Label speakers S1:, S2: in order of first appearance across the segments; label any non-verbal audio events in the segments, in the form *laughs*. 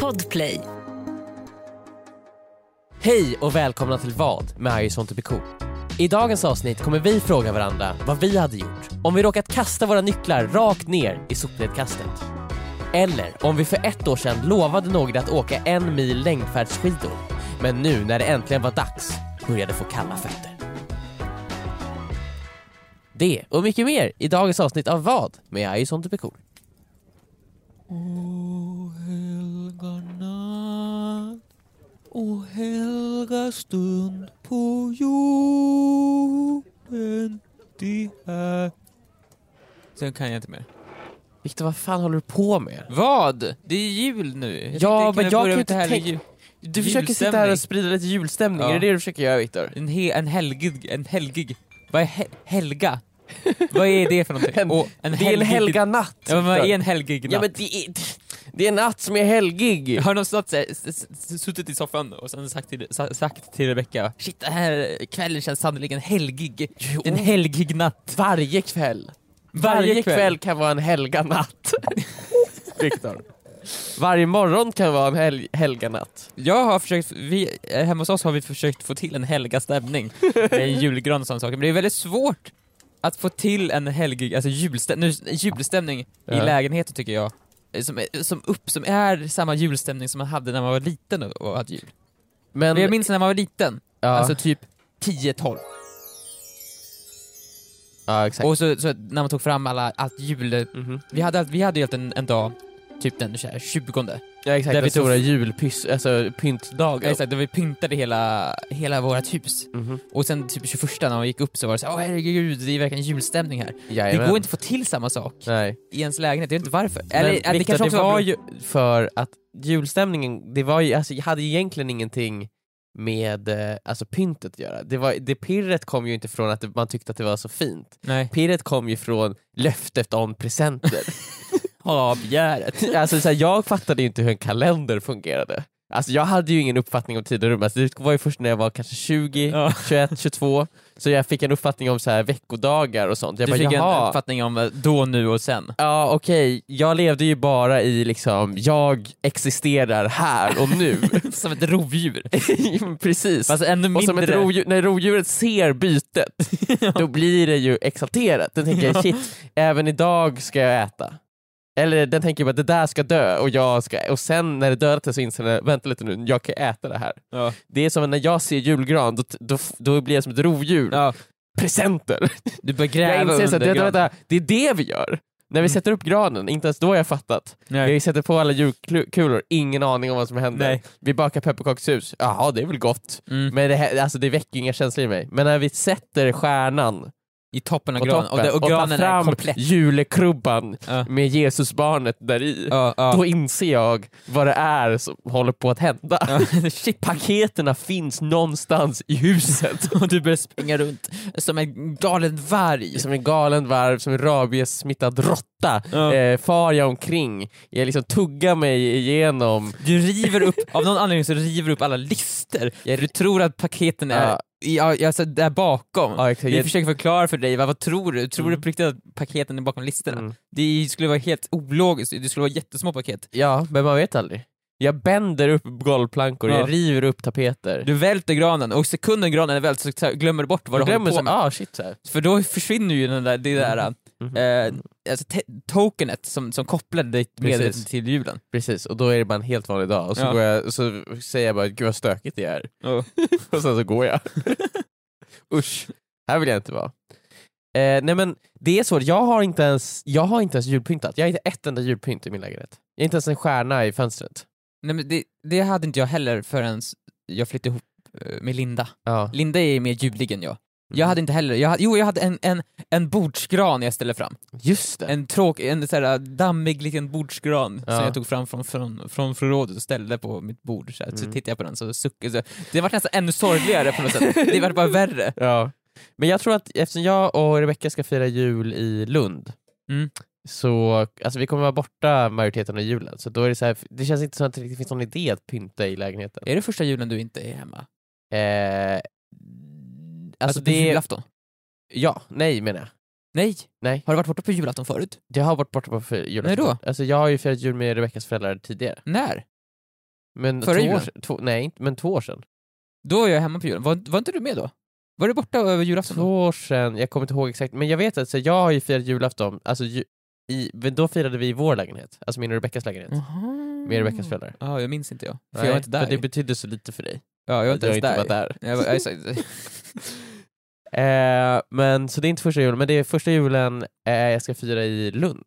S1: Podplay.
S2: Hej och välkomna till Vad med I just want to be cool. I dagens avsnitt kommer vi fråga varandra vad vi hade gjort om vi råkat kasta våra nycklar rakt ner i sopnedkastet. Eller om vi för ett år sedan lovade några att åka en mil längdfärdsskidor men nu när det äntligen var dags började få kalla fötter. Det och mycket mer i dagens avsnitt av Vad med I just want to be cool. O helga natt, o helga stund på jorden
S3: Det är... Sen kan jag inte mer.
S2: Viktor, vad fan håller du på med?
S3: Vad? Det är jul nu. Jag tänkte
S2: Ja, men jag
S3: börja
S2: kan ju
S3: med det
S2: inte
S3: här
S2: tänka-
S3: jul-
S2: Du försöker sitta här och sprida lite julstämning,
S3: Ja.
S2: är det det du försöker göra Viktor?
S3: En, he, en helgig... En helgig... Vad är he,
S2: *laughs*
S3: helga? vad är det för någonting?
S2: En-
S3: Och
S2: Det är en helga natt!
S3: Ja, men vad är
S2: Viktor.
S3: en helgig natt?
S2: ja, men det, är, det är en natt som är helgig!
S3: Har någon stått, så här, s- s- s- suttit i soffan och sen sagt till, sa- sagt till Rebecka Shit, den här kvällen känns sannerligen helgig. Det är En helgig natt.
S2: Varje kväll.
S3: Mm. Varje kväll.
S2: kan vara en helga natt.
S3: *laughs*
S2: Viktor. Varje morgon kan vara en hel- helga natt.
S3: Jag har försökt, vi, eh, hemma hos oss har vi försökt få till en helga *laughs* stämning med en julgran och sådana saker, men det är väldigt svårt att få till en helgig, alltså julstäm, nu, julstämning i
S2: Ja.
S3: lägenheten tycker jag, eh, som, är- som, upp, som är samma julstämning som man hade när man var liten och, och hade jul.
S2: Men,
S3: Men jag minns när man var liten,
S2: ja,
S3: alltså typ 10-12,
S2: ja, exakt.
S3: och så, så när man tog fram alla, allt jul,
S2: Mhm.
S3: vi hade, allt- vi hade ju alltid en, en dag, typ den så här 20
S2: ja, exakt.
S3: där
S2: Där
S3: vi
S2: vi stora
S3: tog-
S2: julpyss, alltså pyntdagar.
S3: Exakt, då vi pyntade hela, hela vårt hus.
S2: Mhm.
S3: Och sen typ 21 när man gick upp så var det så här, åh herregud, det är verkligen julstämning här.
S2: Jajamän.
S3: Det går inte att få till samma sak
S2: Nej.
S3: i ens lägenhet, jag vet inte varför.
S2: Men
S3: Eller,
S2: Viktor,
S3: det kanske också
S2: det var
S3: var
S2: ju för att julstämningen, det var ju, alltså, jag hade ju egentligen ingenting med eh, alltså, pyntet att göra. Det, var, det pirret kom ju inte från att det, man tyckte att det var så fint.
S3: Nej.
S2: Pirret kom ju från löftet om
S3: *laughs*
S2: presenter.
S3: Avgäret.
S2: alltså, så här, jag fattade ju inte hur en kalender fungerade. Alltså, jag hade ju ingen uppfattning om tid och rum, alltså, det var ju först när jag var kanske 20,
S3: Ja.
S2: 21, 22, så jag fick en uppfattning om så här, veckodagar och sånt. Jag
S3: Du
S2: bara,
S3: fick en
S2: jaha.
S3: uppfattning om eh, då, nu
S2: *laughs*
S3: och sen.
S2: Ja okej, jag levde ju bara i liksom, jag existerar här och *laughs* nu.
S3: Som ett rovdjur.
S2: Precis.
S3: Fast ännu
S2: och som
S3: mindre.
S2: ett rovdjur, när rovdjuret ser *laughs* bytet, då blir det ju exalterat. Den tänker shit, även idag ska jag äta. Eller den tänker bara det där ska dö och jag ska, och sen när det dödat det så inser den, vänta lite nu, jag kan äta det här.
S3: Ja.
S2: Det är som när jag ser julgran, då, då, då blir jag som ett rovdjur.
S3: Ja.
S2: Presenter!
S3: Du börjar gräva
S2: Jag inser så att,
S3: under
S2: vänta,
S3: granen.
S2: vänta, det är det vi gör. När vi
S3: Mm.
S2: sätter upp granen, inte ens då har jag fattat.
S3: Nej.
S2: Vi sätter på alla julkulor, ingen aning om vad som händer.
S3: Nej.
S2: Vi bakar pepparkakshus, jaha det är väl gott.
S3: Mm.
S2: Men det, här, alltså, det väcker ju inga känslor i mig. Men när vi sätter stjärnan
S3: I toppen av
S2: på
S3: granen.
S2: toppen
S3: Och, det, och granen
S2: tar
S3: är
S2: fram
S3: komplett.
S2: julekrubban
S3: Ja.
S2: med Jesusbarnet där i.
S3: Ja, ja.
S2: Då inser jag vad det är som håller på att hända. *laughs*
S3: Shit,
S2: Paketerna finns någonstans i huset.
S3: *laughs* och du börjar springa runt som en galen varg.
S2: Som en galen varv, som en rabiessmittad råtta
S3: Ja.
S2: eh, far jag omkring. Jag liksom tuggar mig igenom
S3: Du river upp, av någon anledning så river du upp alla lister.
S2: Jag-
S3: Du tror att paketen är
S2: Ja.
S3: ja. alltså där bakom.
S2: Ja, exakt.
S3: Vi
S2: Jag-
S3: försöker förklara för dig, vad, vad tror du? Tror
S2: Mm.
S3: du på riktigt att paketen är bakom listerna?
S2: Mm.
S3: Det skulle vara helt ologiskt, det skulle vara jättesmå paket.
S2: Ja, men man vet aldrig. Jag bänder upp golvplankor,
S3: Ja.
S2: jag river upp tapeter.
S3: Du välter granen och sekunden granen är vält så så här glömmer du bort vad du, håller
S2: glömmer
S3: på
S2: så,
S3: med.
S2: ah shit så här.
S3: För då försvinner ju den där, det där
S2: Mhm.
S3: eh, alltså te- tokenet som, som kopplade ditt medvetande
S2: Precis.
S3: till julen.
S2: Precis, och då är det bara en helt vanlig dag och så,
S3: Ja.
S2: går jag, och så säger jag bara gud vad stökigt det är och sen så
S3: *laughs*
S2: går jag. Usch, här vill jag inte vara. Eh, nej men det är så, jag har, inte ens, jag har inte ens julpyntat. Jag har inte ett enda julpynt i min lägenhet. Jag har inte ens en stjärna i fönstret.
S3: Nej, men det, det hade inte jag heller förrän jag flyttade ihop eh, med Linda.
S2: Ja.
S3: Linda är mer ljudlig än jag.
S2: Mm.
S3: Jag hade inte heller, jag hade, jo jag hade en, en, en bordsgran jag ställde fram.
S2: Mm. Just det.
S3: En tråkig, en så här dammig liten bordsgran
S2: Ja.
S3: som jag tog fram från, från, från förrådet och ställde på mitt bord. Så, här, så
S2: Mm.
S3: tittade jag på den så suckade jag. Det var nästan ännu sorgligare på något sätt. Det var bara värre.
S2: *laughs* Ja. Men jag tror att eftersom jag och Rebecka ska fira jul i Lund,
S3: Mm.
S2: så alltså, vi kommer vara borta majoriteten av julen. Så då är det, så här, det känns inte som att det riktigt finns någon idé att pynta i lägenheten.
S3: Är det första julen du inte är hemma?
S2: Eh, alltså
S3: Alltså, på
S2: det,
S3: julafton?
S2: ja, nej menar jag.
S3: Nej!
S2: Nej,
S3: Har du varit borta på julafton förut?
S2: jag har varit borta på fir- julafton.
S3: När då?
S2: Alltså, jag har ju firat jul med Rebeckas föräldrar tidigare.
S3: När?
S2: Men
S3: Förra
S2: två år,
S3: julen?
S2: sedan- två, nej, inte- men två år sedan.
S3: Då var jag hemma på julen. Var, var inte du med då? Var du borta över julafton? då?
S2: Två år sedan, jag kommer inte ihåg exakt, men jag vet att så jag har ju firat julafton, alltså ju, i, men då firade vi i vår lägenhet, alltså min och Rebeckas lägenhet,
S3: Mm.
S2: med Rebeckas föräldrar.
S3: Ja, jag minns inte jag. För
S2: Nej,
S3: jag var inte där.
S2: För det betydde så lite för dig.
S3: ja, jag var
S2: att
S3: inte
S2: jag
S3: ens
S2: inte
S3: där.
S2: var där.
S3: Jag var, jag, sa- *laughs*
S2: Eh, men så det är inte första julen, men det är första julen eh, jag ska fira i Lund.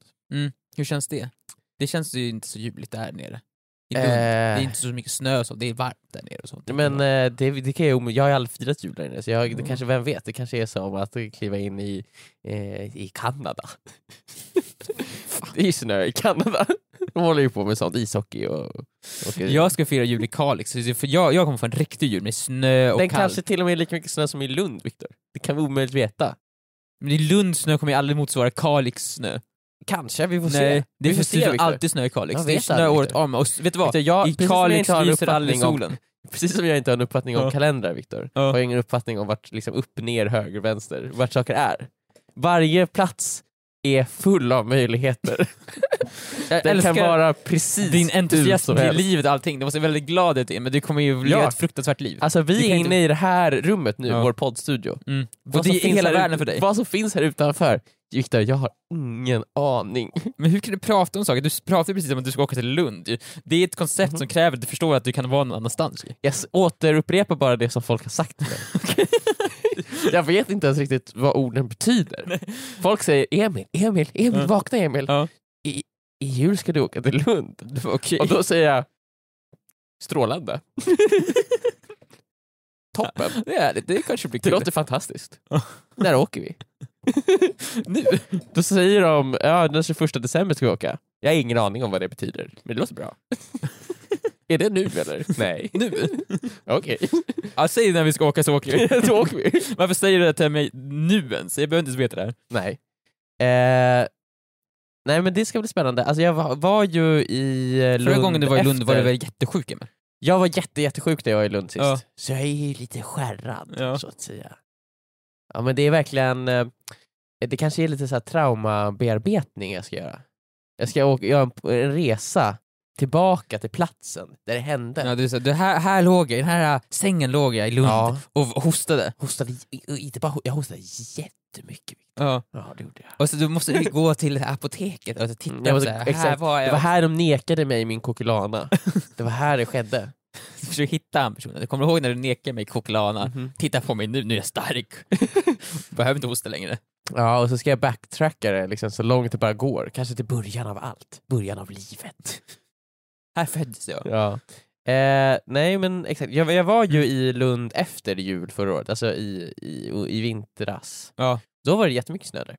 S3: hur känns det? Det känns ju inte så ljuvligt där nere. I
S2: Eh,
S3: Lund. Det är inte så mycket snö och så, det är varmt där nere och sånt.
S2: Men eh, det, det kan jag, ju- jag har ju aldrig firat jul där inne, så jag, det
S3: Mm.
S2: kanske, vem vet, det kanske är som att kliva in i, eh, i Kanada. det är ju snö i Kanada. De håller ju på med sånt, ishockey och... och
S3: jag ska fira jul i Kalix, så det- för jag, jag kommer få en riktig jul med snö och
S2: Den
S3: kallt.
S2: kanske till och med är lika mycket snö som i Lund, Viktor. Det kan vi omöjligt veta.
S3: Men i Lunds snö kommer ju aldrig motsvara Kalix snö.
S2: Kanske, vi får
S3: Nej,
S2: se.
S3: det
S2: vi får
S3: finns
S2: se, Viktor.
S3: alltid snö i Kalix.
S2: Jag
S3: Det är
S2: vet
S3: snö
S2: aldrig,
S3: året
S2: Viktor.
S3: om. Och s- vet du vad?
S2: Viktor, jag,
S3: I
S2: precis som jag
S3: Kalix
S2: inte har en
S3: lyser aldrig
S2: uppfattning om *laughs*
S3: solen.
S2: Precis som jag inte har en uppfattning om
S3: Ja.
S2: kalendrar Viktor,
S3: Ja.
S2: har jag ingen uppfattning om vart liksom, upp, ner, höger, vänster, vart saker är. Varje plats är full av möjligheter.
S3: Jag
S2: Den kan
S3: älskar
S2: vara precis
S3: din
S2: hur
S3: entusiasm
S2: som
S3: till
S2: helst.
S3: livet och allting. Du måste vara väldigt glad ut i, men du kommer ju leva
S2: Ja.
S3: ett fruktansvärt liv.
S2: Alltså
S3: Du
S2: vi
S3: kan
S2: är
S3: inte-
S2: inne i det här rummet nu,
S3: Ja.
S2: vår poddstudio.
S3: Mm. Och
S2: Vad
S3: det
S2: som
S3: är
S2: finns
S3: hela
S2: här ut-
S3: världen för dig.
S2: Vad som finns här utanför, Viktor, jag har ingen aning.
S3: Men hur kan du prata om saker? Du pratar ju precis om att du ska åka till Lund. ju. Det är ett koncept som kräver att du förstår att du kan vara någon annanstans. ju.
S2: Jag s- återupprepar bara det som folk har sagt till mig.
S3: *laughs*
S2: jag vet inte ens riktigt vad orden betyder. Folk säger Emil, Emil, Emil,
S3: Ja.
S2: vakna Emil.
S3: Ja.
S2: I, I jul ska du åka till Lund.
S3: *laughs* Okej.
S2: Och då säger jag strålande. Toppen,
S3: *laughs* Det, är det. det kanske blir
S2: det
S3: kul.
S2: låter fantastiskt.
S3: Ja.
S2: När åker vi?
S3: *laughs* nu.
S2: Då säger de ja, den 21 december ska vi åka. Jag har ingen aning om vad det betyder, men det låter
S3: *laughs*
S2: bra. Är det nu eller? Nej.
S3: nu.
S2: Okej,
S3: Ja, säg när vi ska åka *laughs* så åker vi.
S2: då åker vi.
S3: Varför säger du det till mig nu ens? Jag behöver inte ens veta det här.
S2: Nej. Eh, nej men det ska bli spännande. Alltså jag var, var ju i eh, Lund
S3: Förra gången du var i Lund var du
S2: efter-
S3: väl jättesjuk Emil?
S2: Jag var jätte, jättesjuk när jag var i Lund sist.
S3: Ja.
S2: Så jag är ju lite skärrad
S3: Ja.
S2: så att säga. Ja men det är verkligen, eh, det kanske är lite så här traumabearbetning jag ska göra. Jag ska åka, göra en, en resa tillbaka till platsen där det hände.
S3: Ja, du sa, det här, här låg jag, i den här äh, sängen låg jag i Lund
S2: Ja.
S3: och hostade.
S2: Hostade, i- i- inte bara, ho- jag hostade jättemycket.
S3: Ja.
S2: Ja det gjorde jag.
S3: Och så du måste ju gå till apoteket och titta
S2: Mm, jag
S3: och
S2: måste-
S3: så här, här
S2: exakt.
S3: var
S2: Det var
S3: jag.
S2: här de nekade mig min
S3: *laughs*
S2: kokilana. det var här det skedde.
S3: Försök hitta en person. Du kommer ihåg när du nekade mig koklana?
S2: Mm.
S3: Titta på mig nu, nu är jag stark.
S2: *laughs*
S3: Behöver inte hosta längre.
S2: Ja, och så ska jag backtracka det liksom, så långt det bara går. Kanske till början av allt. Början av livet.
S3: Här föddes jag.
S2: Ja. Eh, nej men exakt, jag, jag var
S3: Mm.
S2: ju i Lund efter jul förra året, alltså i, i, och i vintras.
S3: Ja.
S2: Då var det jättemycket snö där,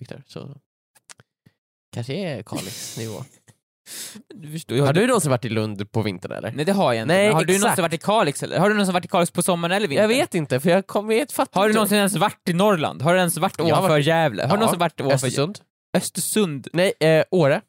S2: Viktor. Så kanske är
S3: *laughs*
S2: Kalix nivå.
S3: Du förstår, jag
S2: Har du någonsin varit i Lund på vintern eller?
S3: Nej det har jag inte.
S2: Nej,
S3: Men har du
S2: exakt.
S3: någonsin varit i Kalix eller? Har du någonsin varit i Kalix på sommaren eller vintern?
S2: Jag vet inte, för jag kommer jag fattar
S3: Har du
S2: inte.
S3: någonsin ens varit i Norrland? Har du ens varit
S2: Jag har
S3: ovanför Gävle? Har
S2: Ja.
S3: du någonsin varit ovanför
S2: Östersund?
S3: Östersund?
S2: Nej, eh, Åre.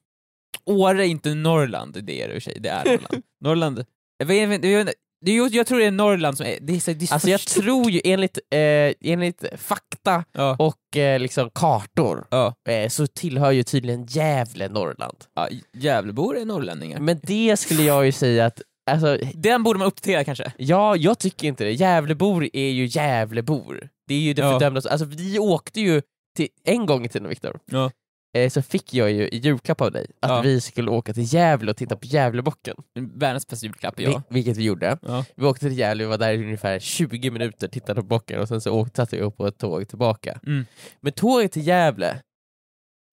S3: Åre är inte Norrland, det är det i och för sig. Det är
S2: *laughs*
S3: Norrland. Norrland. Jag, vet, jag, vet, jag, vet, det är ju- jag tror det är Norrland som är... Det är, så- det är så- *laughs*
S2: Alltså jag tror ju enligt, eh, enligt fakta
S3: ja.
S2: och eh, liksom kartor
S3: Ja.
S2: eh, så tillhör ju tydligen Gävle Norrland.
S3: Ja, Gävlebor är norrlänningar.
S2: Men det skulle jag ju säga att, alltså,
S3: Den borde man uppdatera kanske.
S2: ja, jag tycker inte det. Gävlebor är ju Gävlebor. Det är ju det
S3: Ja.
S2: fördömda. Alltså vi åkte ju till, en gång i tiden Viktor,
S3: Ja.
S2: eh, så fick jag ju i julklapp av dig att
S3: Ja.
S2: vi skulle åka till Gävle och titta på Gävlebocken.
S3: Världens bästa julklapp,
S2: Vi-
S3: ja.
S2: Vilket vi gjorde.
S3: Ja.
S2: Vi åkte till Gävle, vi var där i ungefär 20 minuter, tittade på bocken och sen så åkte satte vi upp på ett tåg tillbaka.
S3: Mm.
S2: Men tåget till Gävle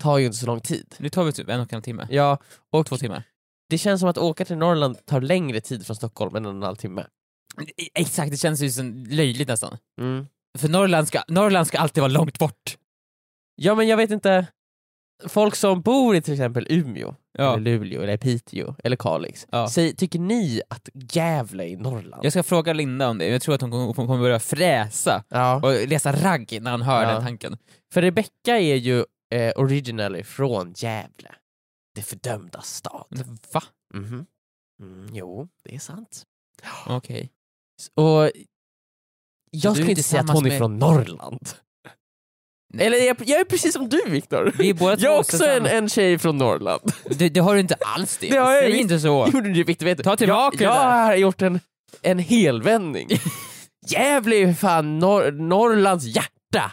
S2: tar ju inte så lång tid.
S3: Nu tar vi typ en och en halv timme.
S2: Ja, och
S3: Två timmar.
S2: det känns som att åka till Norrland tar längre tid från Stockholm än en och en halv timme.
S3: E- Exakt, det känns ju som löjligt nästan.
S2: Mm.
S3: För Norrland ska, Norrland ska alltid vara långt bort.
S2: Ja men jag vet inte, folk som bor i till exempel Umeå, eller Luleå, eller Piteå, eller Kalix,
S3: Ja.
S2: säg, tycker ni att Gävle är Norrland?
S3: Jag ska fråga Linda om det, jag tror att hon kommer- hon kommer börja fräsa
S2: Ja.
S3: och läsa ragg innan hon hör
S2: Ja.
S3: den tanken.
S2: För Rebecca är ju eh, originally från Gävle, det fördömda stad.
S3: Va?
S2: Mhm. Mm, jo, det är sant.
S3: Okej.
S2: Och
S3: du är
S2: jag skulle inte säga att hon
S3: tillsammans
S2: är
S3: med-
S2: från Norrland. Eller jag, jag är precis som du Viktor.
S3: Vi är båda
S2: *laughs* Jag
S3: två
S2: är också en,
S3: Susanne.
S2: en tjej från Norrland.
S3: Det, det har du inte alls det.
S2: Det har jag
S3: Säg
S2: inte.
S3: inte *laughs* så.
S2: Gjorde du Viktor? Vet du?
S3: Ta tillbaka
S2: jag, jag
S3: det där.
S2: har gjort en, en *laughs* helvändning. Gävle är ju fan norr, Norrlands hjärta.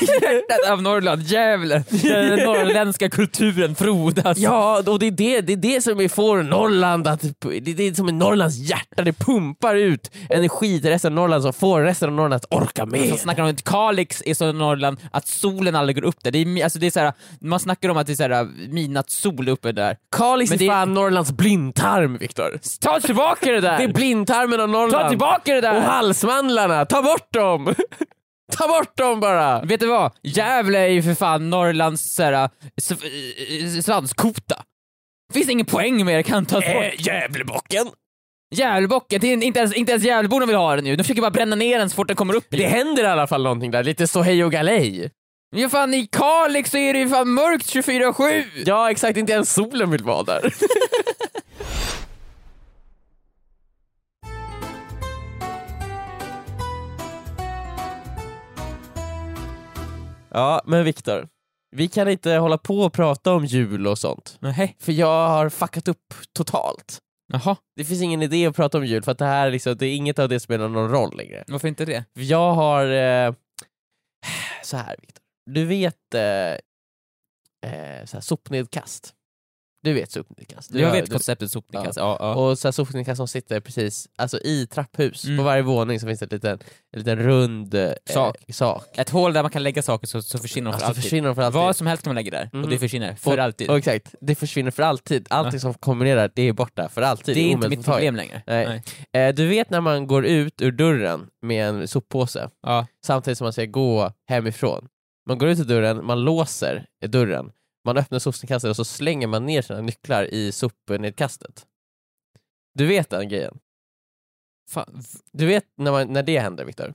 S3: Hjärtat av Norrland, Gävle! Den norrländska kulturen frodas.
S2: Ja, och det är det, det, är det som får Norrland att... Det är det som är Norrlands hjärta, det pumpar ut energi till resten av Norrland som får resten av Norrland att orka
S3: Så
S2: med. Alltså,
S3: snackar de om att Kalix är så Norrland att solen aldrig går upp där. Det är, mi- alltså det är så här, man snackar om att det är så här, midnattssol uppe där.
S2: Kalix är
S3: Men det-
S2: fan Norrlands blindtarm, Viktor.
S3: Ta tillbaka det där!
S2: Det är blindtarmen av
S3: Ta
S2: Norrland.
S3: tillbaka det där!
S2: Och halsmandlarna, ta bort dem! *laughs* ta bort dem bara!
S3: Vet du vad? Gävle är ju för fan Norrlands så här, sv- eh, svanskota. Finns ingen poäng med det, kan ta bort.
S2: Äh, Gävlebocken!
S3: Gävlebocken, det är inte ens, inte ens Gävleborna vill ha den ju. De försöker bara bränna ner den så fort den kommer upp.
S2: Det
S3: igen.
S2: händer i alla fall någonting där, lite så hej och galej.
S3: Men ju fan i Kalix så är det ju fan mörkt 24-7!
S2: Ja exakt, inte ens solen vill vara där. *laughs* ja, men Viktor. Vi kan inte hålla på och prata om jul och sånt.
S3: Nej.
S2: För jag har fuckat upp totalt.
S3: Jaha,
S2: Det finns ingen idé att prata om jul för att det här är liksom, det är inget av det spelar någon roll längre.
S3: varför inte det?
S2: Jag har... Eh, så här Viktor. Du vet eh, eh, så här, sopnedkast? Du vet sopnedkast? Du
S3: jag
S2: har-
S3: vet
S2: du,
S3: konceptet sopning alltså. Ja, ja.
S2: Och så här, sopnedkast som sitter precis alltså, i trapphus.
S3: Mm.
S2: På varje våning så finns det en liten, en liten rund eh,
S3: Sak.
S2: sak.
S3: Ett hål där man kan lägga saker så, så försvinner de för
S2: Alltså,
S3: alltid.
S2: försvinner de för alltid.
S3: Vad som helst kan man lägga där
S2: Mm.
S3: och det försvinner för alltid.
S2: Och, exakt, det försvinner för alltid. Allting som kombinerar det är borta för alltid.
S3: det är inte
S2: omöjligt
S3: mitt
S2: att ta i.
S3: problem längre.
S2: Nej. Eh, du vet när man går ut ur dörren med en soppåse
S3: Ja.
S2: samtidigt som man ska gå hemifrån. Man går ut ur dörren, man låser dörren, man öppnar sopnedkastet och så slänger man ner sina nycklar i sopnedkastet. Du vet den grejen?
S3: Fan. v-
S2: Du vet när, man, när det händer Viktor?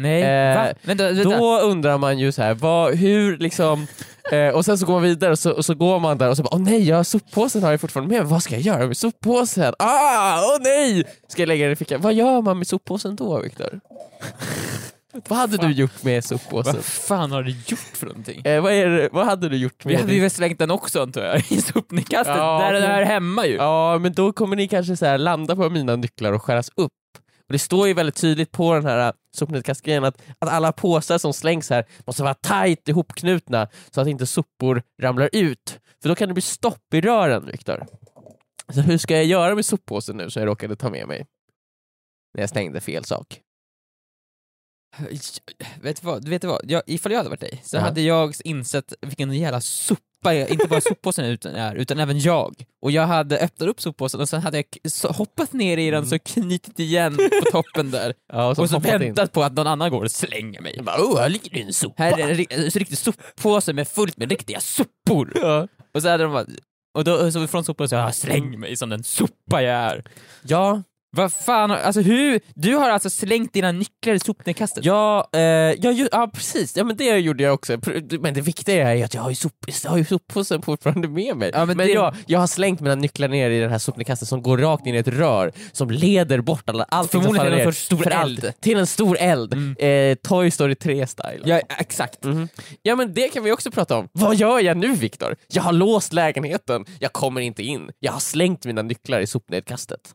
S3: Nej,
S2: Eh,
S3: va? Vänta, vänta.
S2: Då undrar man ju så här, vad, hur liksom... Eh, och sen så går man vidare och så, och så går man där och så bara åh nej, jag har soppåsen har jag fortfarande med mig. vad ska jag göra med soppåsen? Ah, åh nej! Ska jag lägga den i fickan? Vad gör man med soppåsen då Viktor? *laughs* vad hade du gjort med soppåsen?
S3: Vad fan har du gjort för någonting?
S2: Eh, vad, är det, vad hade du gjort
S3: Vi
S2: med
S3: hade
S2: din-
S3: ju väl slängt den också antar jag, *laughs* i sopnedkastet,
S2: Ja,
S3: där den
S2: men-
S3: hör hemma ju.
S2: Ja, men då kommer ni kanske så här landa på mina nycklar och skäras upp. Och Det står ju väldigt tydligt på den här eh, sopnedkastgrejen att, att alla påsar som slängs här måste vara tajt ihopknutna så att inte sopor ramlar ut. För då kan det bli stopp i rören, Viktor. Så hur ska jag göra med soppåsen nu som jag råkade ta med mig? När jag slängde fel sak.
S3: Vet du vad, vet du vad? Jag, ifall jag hade varit dig så
S2: Ja.
S3: hade jag insett vilken jävla sopa, jag, inte bara soppåsen är utan, är, utan även jag. Och jag hade öppnat upp soppåsen och sen hade jag k- så- hoppat ner i den så knutit igen på toppen där.
S2: Ja,
S3: och så
S2: hoppat in.
S3: väntat på att någon annan går och slänger mig.
S2: Jag bara, oh, här ligger det en sopa.
S3: Här är en ri- en riktig soppåse med fullt med riktiga sopor.
S2: Ja.
S3: Och så hade de bara, och då, så från soppåsen så jag "Ah, släng mig som den sopa jag är.
S2: ja,
S3: Vad fan, har- alltså hur? Du har alltså slängt dina nycklar i sopnedkastet?
S2: Ja, eh, ja, ju, ja precis, ja, men det gjorde jag också. Pr- Men det viktiga är ju att jag har ju, sop, jag har ju soppåsen fortfarande med mig.
S3: Ja,
S2: men
S3: men det-
S2: jag, jag har slängt mina nycklar ner i den här sopnedkasten som går rakt in i ett rör som leder bort alla, allt som
S3: Förmodligen
S2: faller
S3: någon
S2: ner
S3: sorts stor
S2: för
S3: eld. Mm.
S2: allt. Till en stor eld. Eh, Toy Story 3-style.
S3: Ja, exakt.
S2: Mhm. Ja men det kan vi också prata om. Vad gör jag nu Viktor? Jag har låst lägenheten, jag kommer inte in. Jag har slängt mina nycklar i sopnedkastet.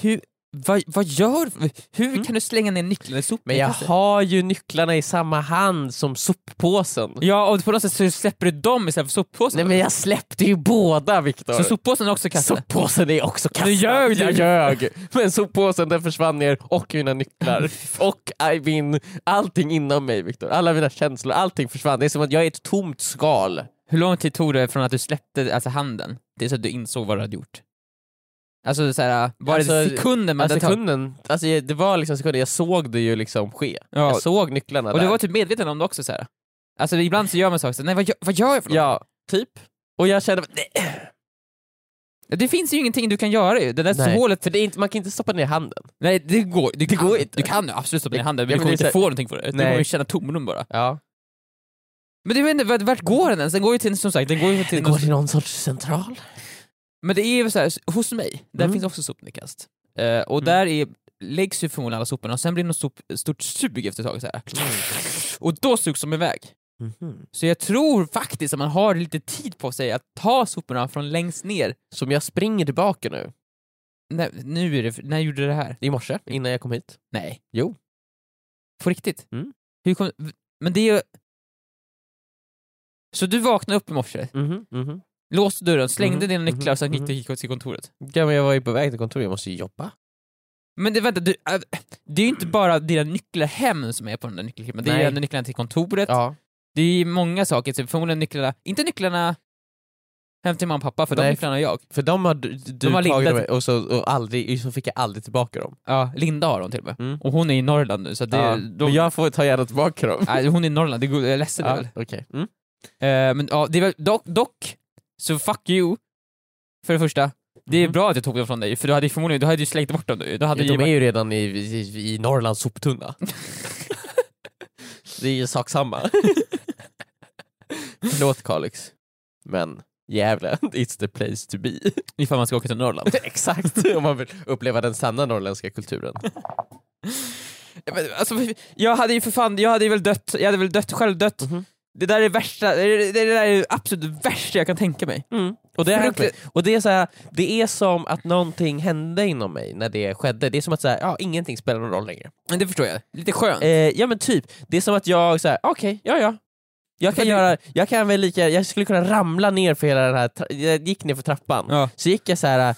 S3: Hur, vad, vad gör du? Hur kan du slänga ner nycklarna i
S2: Men jag
S3: sopnedkastet?
S2: har ju nycklarna i samma hand som soppåsen.
S3: Ja, och på något sätt så släpper du dem istället för soppåsen.
S2: Nej men jag släppte ju båda Viktor.
S3: Så soppåsen är också i kassan?
S2: Soppåsen är också kastad.
S3: Nu ljög du.
S2: jag ljög! Men soppåsen den försvann ner och mina
S3: *laughs*
S2: nycklar. och I mean, allting inom mig Viktor. Alla mina känslor, allting försvann. Det är som att jag är ett tomt skal.
S3: Hur lång tid tog det från att du släppte alltså, handen tills att du insåg vad du hade gjort? Mm. Alltså såhär, var det
S2: Alltså,
S3: sekunden man
S2: Alltså,
S3: hade tagit?
S2: sekunden, alltså, jag- det var liksom sekunden, jag såg det ju liksom ske.
S3: Ja.
S2: Jag såg nycklarna
S3: Och
S2: där.
S3: du var typ medveten om det också såhär? Alltså ibland så gör man saker såhär, nej vad gör, vad gör jag för något?
S2: Ja, typ. Och jag kände, nej,
S3: Det finns ju ingenting du kan göra ju, det där
S2: nej.
S3: hålet
S2: För det är inte, man kan inte stoppa ner handen.
S3: Nej det går, det går
S2: inte.
S3: Du kan absolut stoppa ner handen men
S2: Ja, men
S3: du kommer
S2: det är så
S3: inte få någonting för det. Du
S2: Nej.
S3: kommer ju känna tomrum bara.
S2: Ja.
S3: Men du vet inte, vart- vart går den ens? Den går ju till, som sagt, den går ju till...
S2: Det går till någon sorts central.
S3: Men det är ju så här, hos mig, där
S2: Mm.
S3: finns också sopnedkast. Eh, och där är läggs ju förmodligen alla soporna och sen blir det något sop, stort sug efter ett tag. Så här.
S2: Mm.
S3: Och då sugs de iväg.
S2: Mhm.
S3: Så jag tror faktiskt att man har lite tid på sig att ta soporna från längst ner.
S2: Som jag springer tillbaka nu,
S3: När, nu är det, när gjorde du det här?
S2: i morse, innan jag kom hit.
S3: Nej.
S2: Jo.
S3: På riktigt?
S2: Mm.
S3: Hur kom, v- men det är ju... Så du vaknade upp i morse, mhm. låste dörren, slängde
S2: Mhm,
S3: dina nycklar och sen gick
S2: mhm,
S3: du gick till kontoret?
S2: Ja, men jag var ju på väg till kontoret, jag måste ju jobba.
S3: Men det, vänta, du, äh, det är ju inte bara dina nycklar hem som är på den där nyckelknippen, det är ju
S2: Nej.
S3: även nycklarna till kontoret,
S2: Ja.
S3: det är ju många saker, så förmodligen nycklarna, inte nycklarna hem till mamma och pappa, för de
S2: Nej.
S3: nycklarna har jag.
S2: För de har du, du
S3: har
S2: tagit
S3: lindat-
S2: dem och, så, och aldrig, så fick jag aldrig tillbaka dem.
S3: Ja, Linda har dem till och med.
S2: Mm.
S3: Och hon är i Norrland nu, så det,
S2: ja.
S3: de,
S2: Men jag får ta gärna tillbaka dem.
S3: nej, hon är i Norrland, det går, jag är
S2: *laughs*
S3: ledsen
S2: Ja,
S3: väl.
S2: okej. Mm.
S3: Eh, men ja, det var, dock, dock, så fuck you, för det första. Det är
S2: Mhm.
S3: bra att jag tog dem från dig, för du hade ju förmodligen du hade ju slängt bort dem nu. Du hade
S2: Ja, de är
S3: ju...
S2: ju redan i, i, i Norrlands *laughs* soptunna. det är ju sak *laughs* samma. Förlåt Kalix, men jävlar, it's the place to be.
S3: Ifall man ska åka till Norrland.
S2: *laughs* Exakt, om man vill uppleva den sanna norrländska kulturen.
S3: Ja, men, Alltså, jag hade ju för fan, jag hade ju väl dött, jag hade väl dött, själv dött.
S2: Mhm.
S3: Det där är värsta, det, det det där är det absolut värsta jag kan tänka mig.
S2: Mm. Och det, har hänt mig.
S3: Fruktansvärt.
S2: och det, är så här, det är som att någonting hände inom mig när det skedde. Det är som att så här, ja, ingenting spelar någon roll längre.
S3: Men det förstår jag. Lite skönt.
S2: Eh, ja men typ, det är som att jag så här, okej, ja ja. Jag kan,
S3: Men du-
S2: göra, jag kan väl lika, jag skulle kunna ramla ner för hela den här, tra- jag gick ner för trappan,
S3: Ja.
S2: så gick jag så här,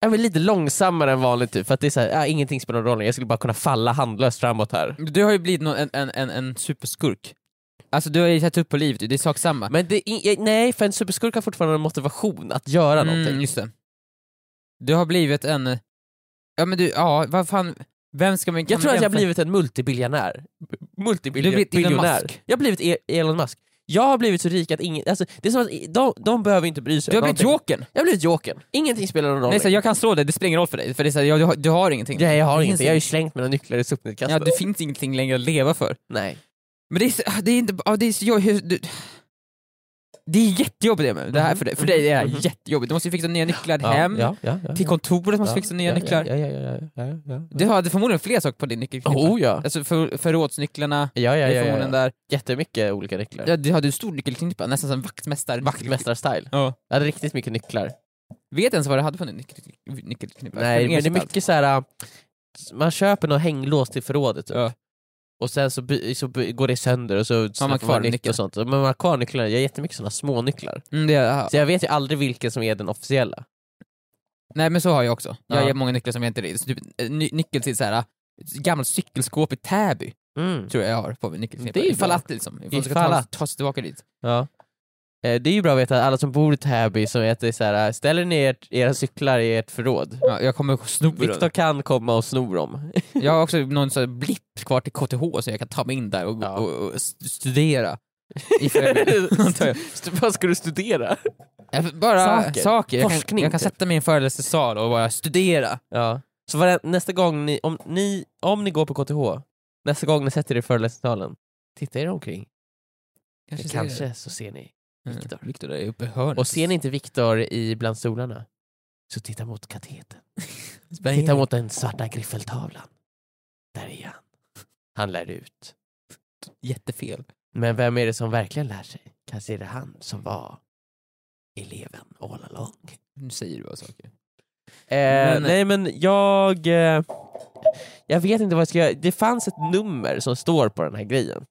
S2: jag var lite långsammare än vanligt typ, för att det är så här, ja, ingenting spelar någon roll, jag skulle bara kunna falla handlöst framåt här.
S3: Du har ju blivit någon, en, en, en, en superskurk. Alltså du har ju gett upp på livet, det är sak samma.
S2: Men det, är- eh, nej, för en superskurk har fortfarande en motivation att göra
S3: Mm,
S2: någonting.
S3: just det. Du har blivit en... Ja men du, ja vad fan, vem ska man... kan
S2: Jag
S3: man
S2: tror att jag har
S3: jämföra-
S2: blivit en multibiljonär. B-
S3: Du har blivit Elon
S2: Multibiljonär.
S3: Musk.
S2: Jag har blivit E- Elon Musk. Jag har blivit så rik att ingen, alltså, det är som att de, de behöver inte bry sig
S3: Du har
S2: om
S3: blivit
S2: någonting.
S3: jokern.
S2: Jag har blivit jokern. Ingenting spelar någon roll.
S3: Nej så här, jag kan slå dig, det spelar ingen roll för dig, för det är så här, ja, du, har, du har ingenting.
S2: Nej jag har
S3: Det
S2: ingenting,
S3: finns
S2: jag har ju
S3: inget.
S2: slängt mina nycklar i
S3: Ja,
S2: sopnedkastet.
S3: det finns ingenting längre att leva för.
S2: Nej.
S3: Men det är, så- ah, det är inte, ja, det är så, jag, hur, du, det är jättejobbigt det med det här för dig, för dig är det här jättejobbigt. Du måste ju fixa nya nycklar
S2: Mhm, Ja,
S3: hem,
S2: ja, ja, ja,
S3: till
S2: ja.
S3: kontoret måste
S2: Ja,
S3: du fixa nya
S2: ja,
S3: nycklar.
S2: Ja, ja, ja, ja, ja, ja, ja.
S3: Du hade förmodligen fler saker på din nyckelknippa.
S2: Oh ja.
S3: Alltså för, förrådsnycklarna,
S2: Ja, ja,
S3: det är
S2: ja, ja,
S3: förmodligen
S2: ja.
S3: där.
S2: Jättemycket olika nycklar.
S3: Ja, du hade en stor nyckelknippa, nästan som vaktmästare.
S2: Vaktmästarstyle.
S3: Ja.
S2: Jag hade riktigt mycket nycklar.
S3: Vet du ens vad du hade på din nyckel, nyckelknippa?
S2: Nej,
S3: Kunde
S2: men det är
S3: ersätta allt.
S2: mycket så här. äh, man köper något hänglås till förrådet typ.
S3: Ja.
S2: och sen så, by- så by- går det sönder och så har
S3: man kvar nyckeln?
S2: och sånt. Men man har kvar nycklarna, jag har jättemycket sådana små nycklar.
S3: Mm, det, ja.
S2: Så jag vet ju aldrig vilken som är den officiella.
S3: Nej men så har jag också. Jag
S2: Ja.
S3: har många nycklar som jag inte... så Typ, eh, ny, nyckel till så här, gammalt cykelskåp i Täby, tror jag jag har på min nyckelknippa.
S2: Det är ju
S3: Ifall
S2: bra.
S3: att liksom, ifall, ifall
S2: Ifall
S3: ska ta,
S2: att.
S3: ta sig tillbaka dit.
S2: Ja. Eh, Det är ju bra att veta att alla som bor i Täby som heter så här, äh, ställer ni ert, era cyklar i ert förråd.
S3: Ja, jag kommer att sno
S2: Viktor
S3: dem.
S2: kan komma och sno dem.
S3: Jag har också någon sån här blipp kvar till KTH så jag kan ta mig in där och,
S2: Ja.
S3: och, och st- studera. Ifall
S2: *laughs*
S3: jag vill. Antar jag.
S2: St- Vad ska du studera?
S3: Jag- Bara saker.
S2: Saker.
S3: Jag, kan,
S2: Forskning,
S3: jag kan
S2: typ.
S3: sätta mig i en föreläsningssal och bara studera.
S2: Ja. Så varje, nästa gång ni, om ni, om ni går på KTH, nästa gång ni sätter er i föreläsningssalen, titta er omkring. Kanske,
S3: studera.
S2: så ser ni.
S3: Mm.
S2: Viktor.
S3: Viktor är uppe i hörnet.
S2: Och ser ni inte Viktor i bland stolarna, så titta mot kateten.
S3: Spänn in.
S2: Titta mot den svarta griffeltavlan. Där är han. Han lär ut.
S3: Jättefel.
S2: Men vem är det som verkligen lär sig? Kanske är det han som var eleven all along.
S3: Nu säger du bara
S2: Eh,
S3: saker. Men-
S2: nej men jag... Eh, jag vet inte vad jag ska göra. Det fanns ett nummer som står på den här grejen.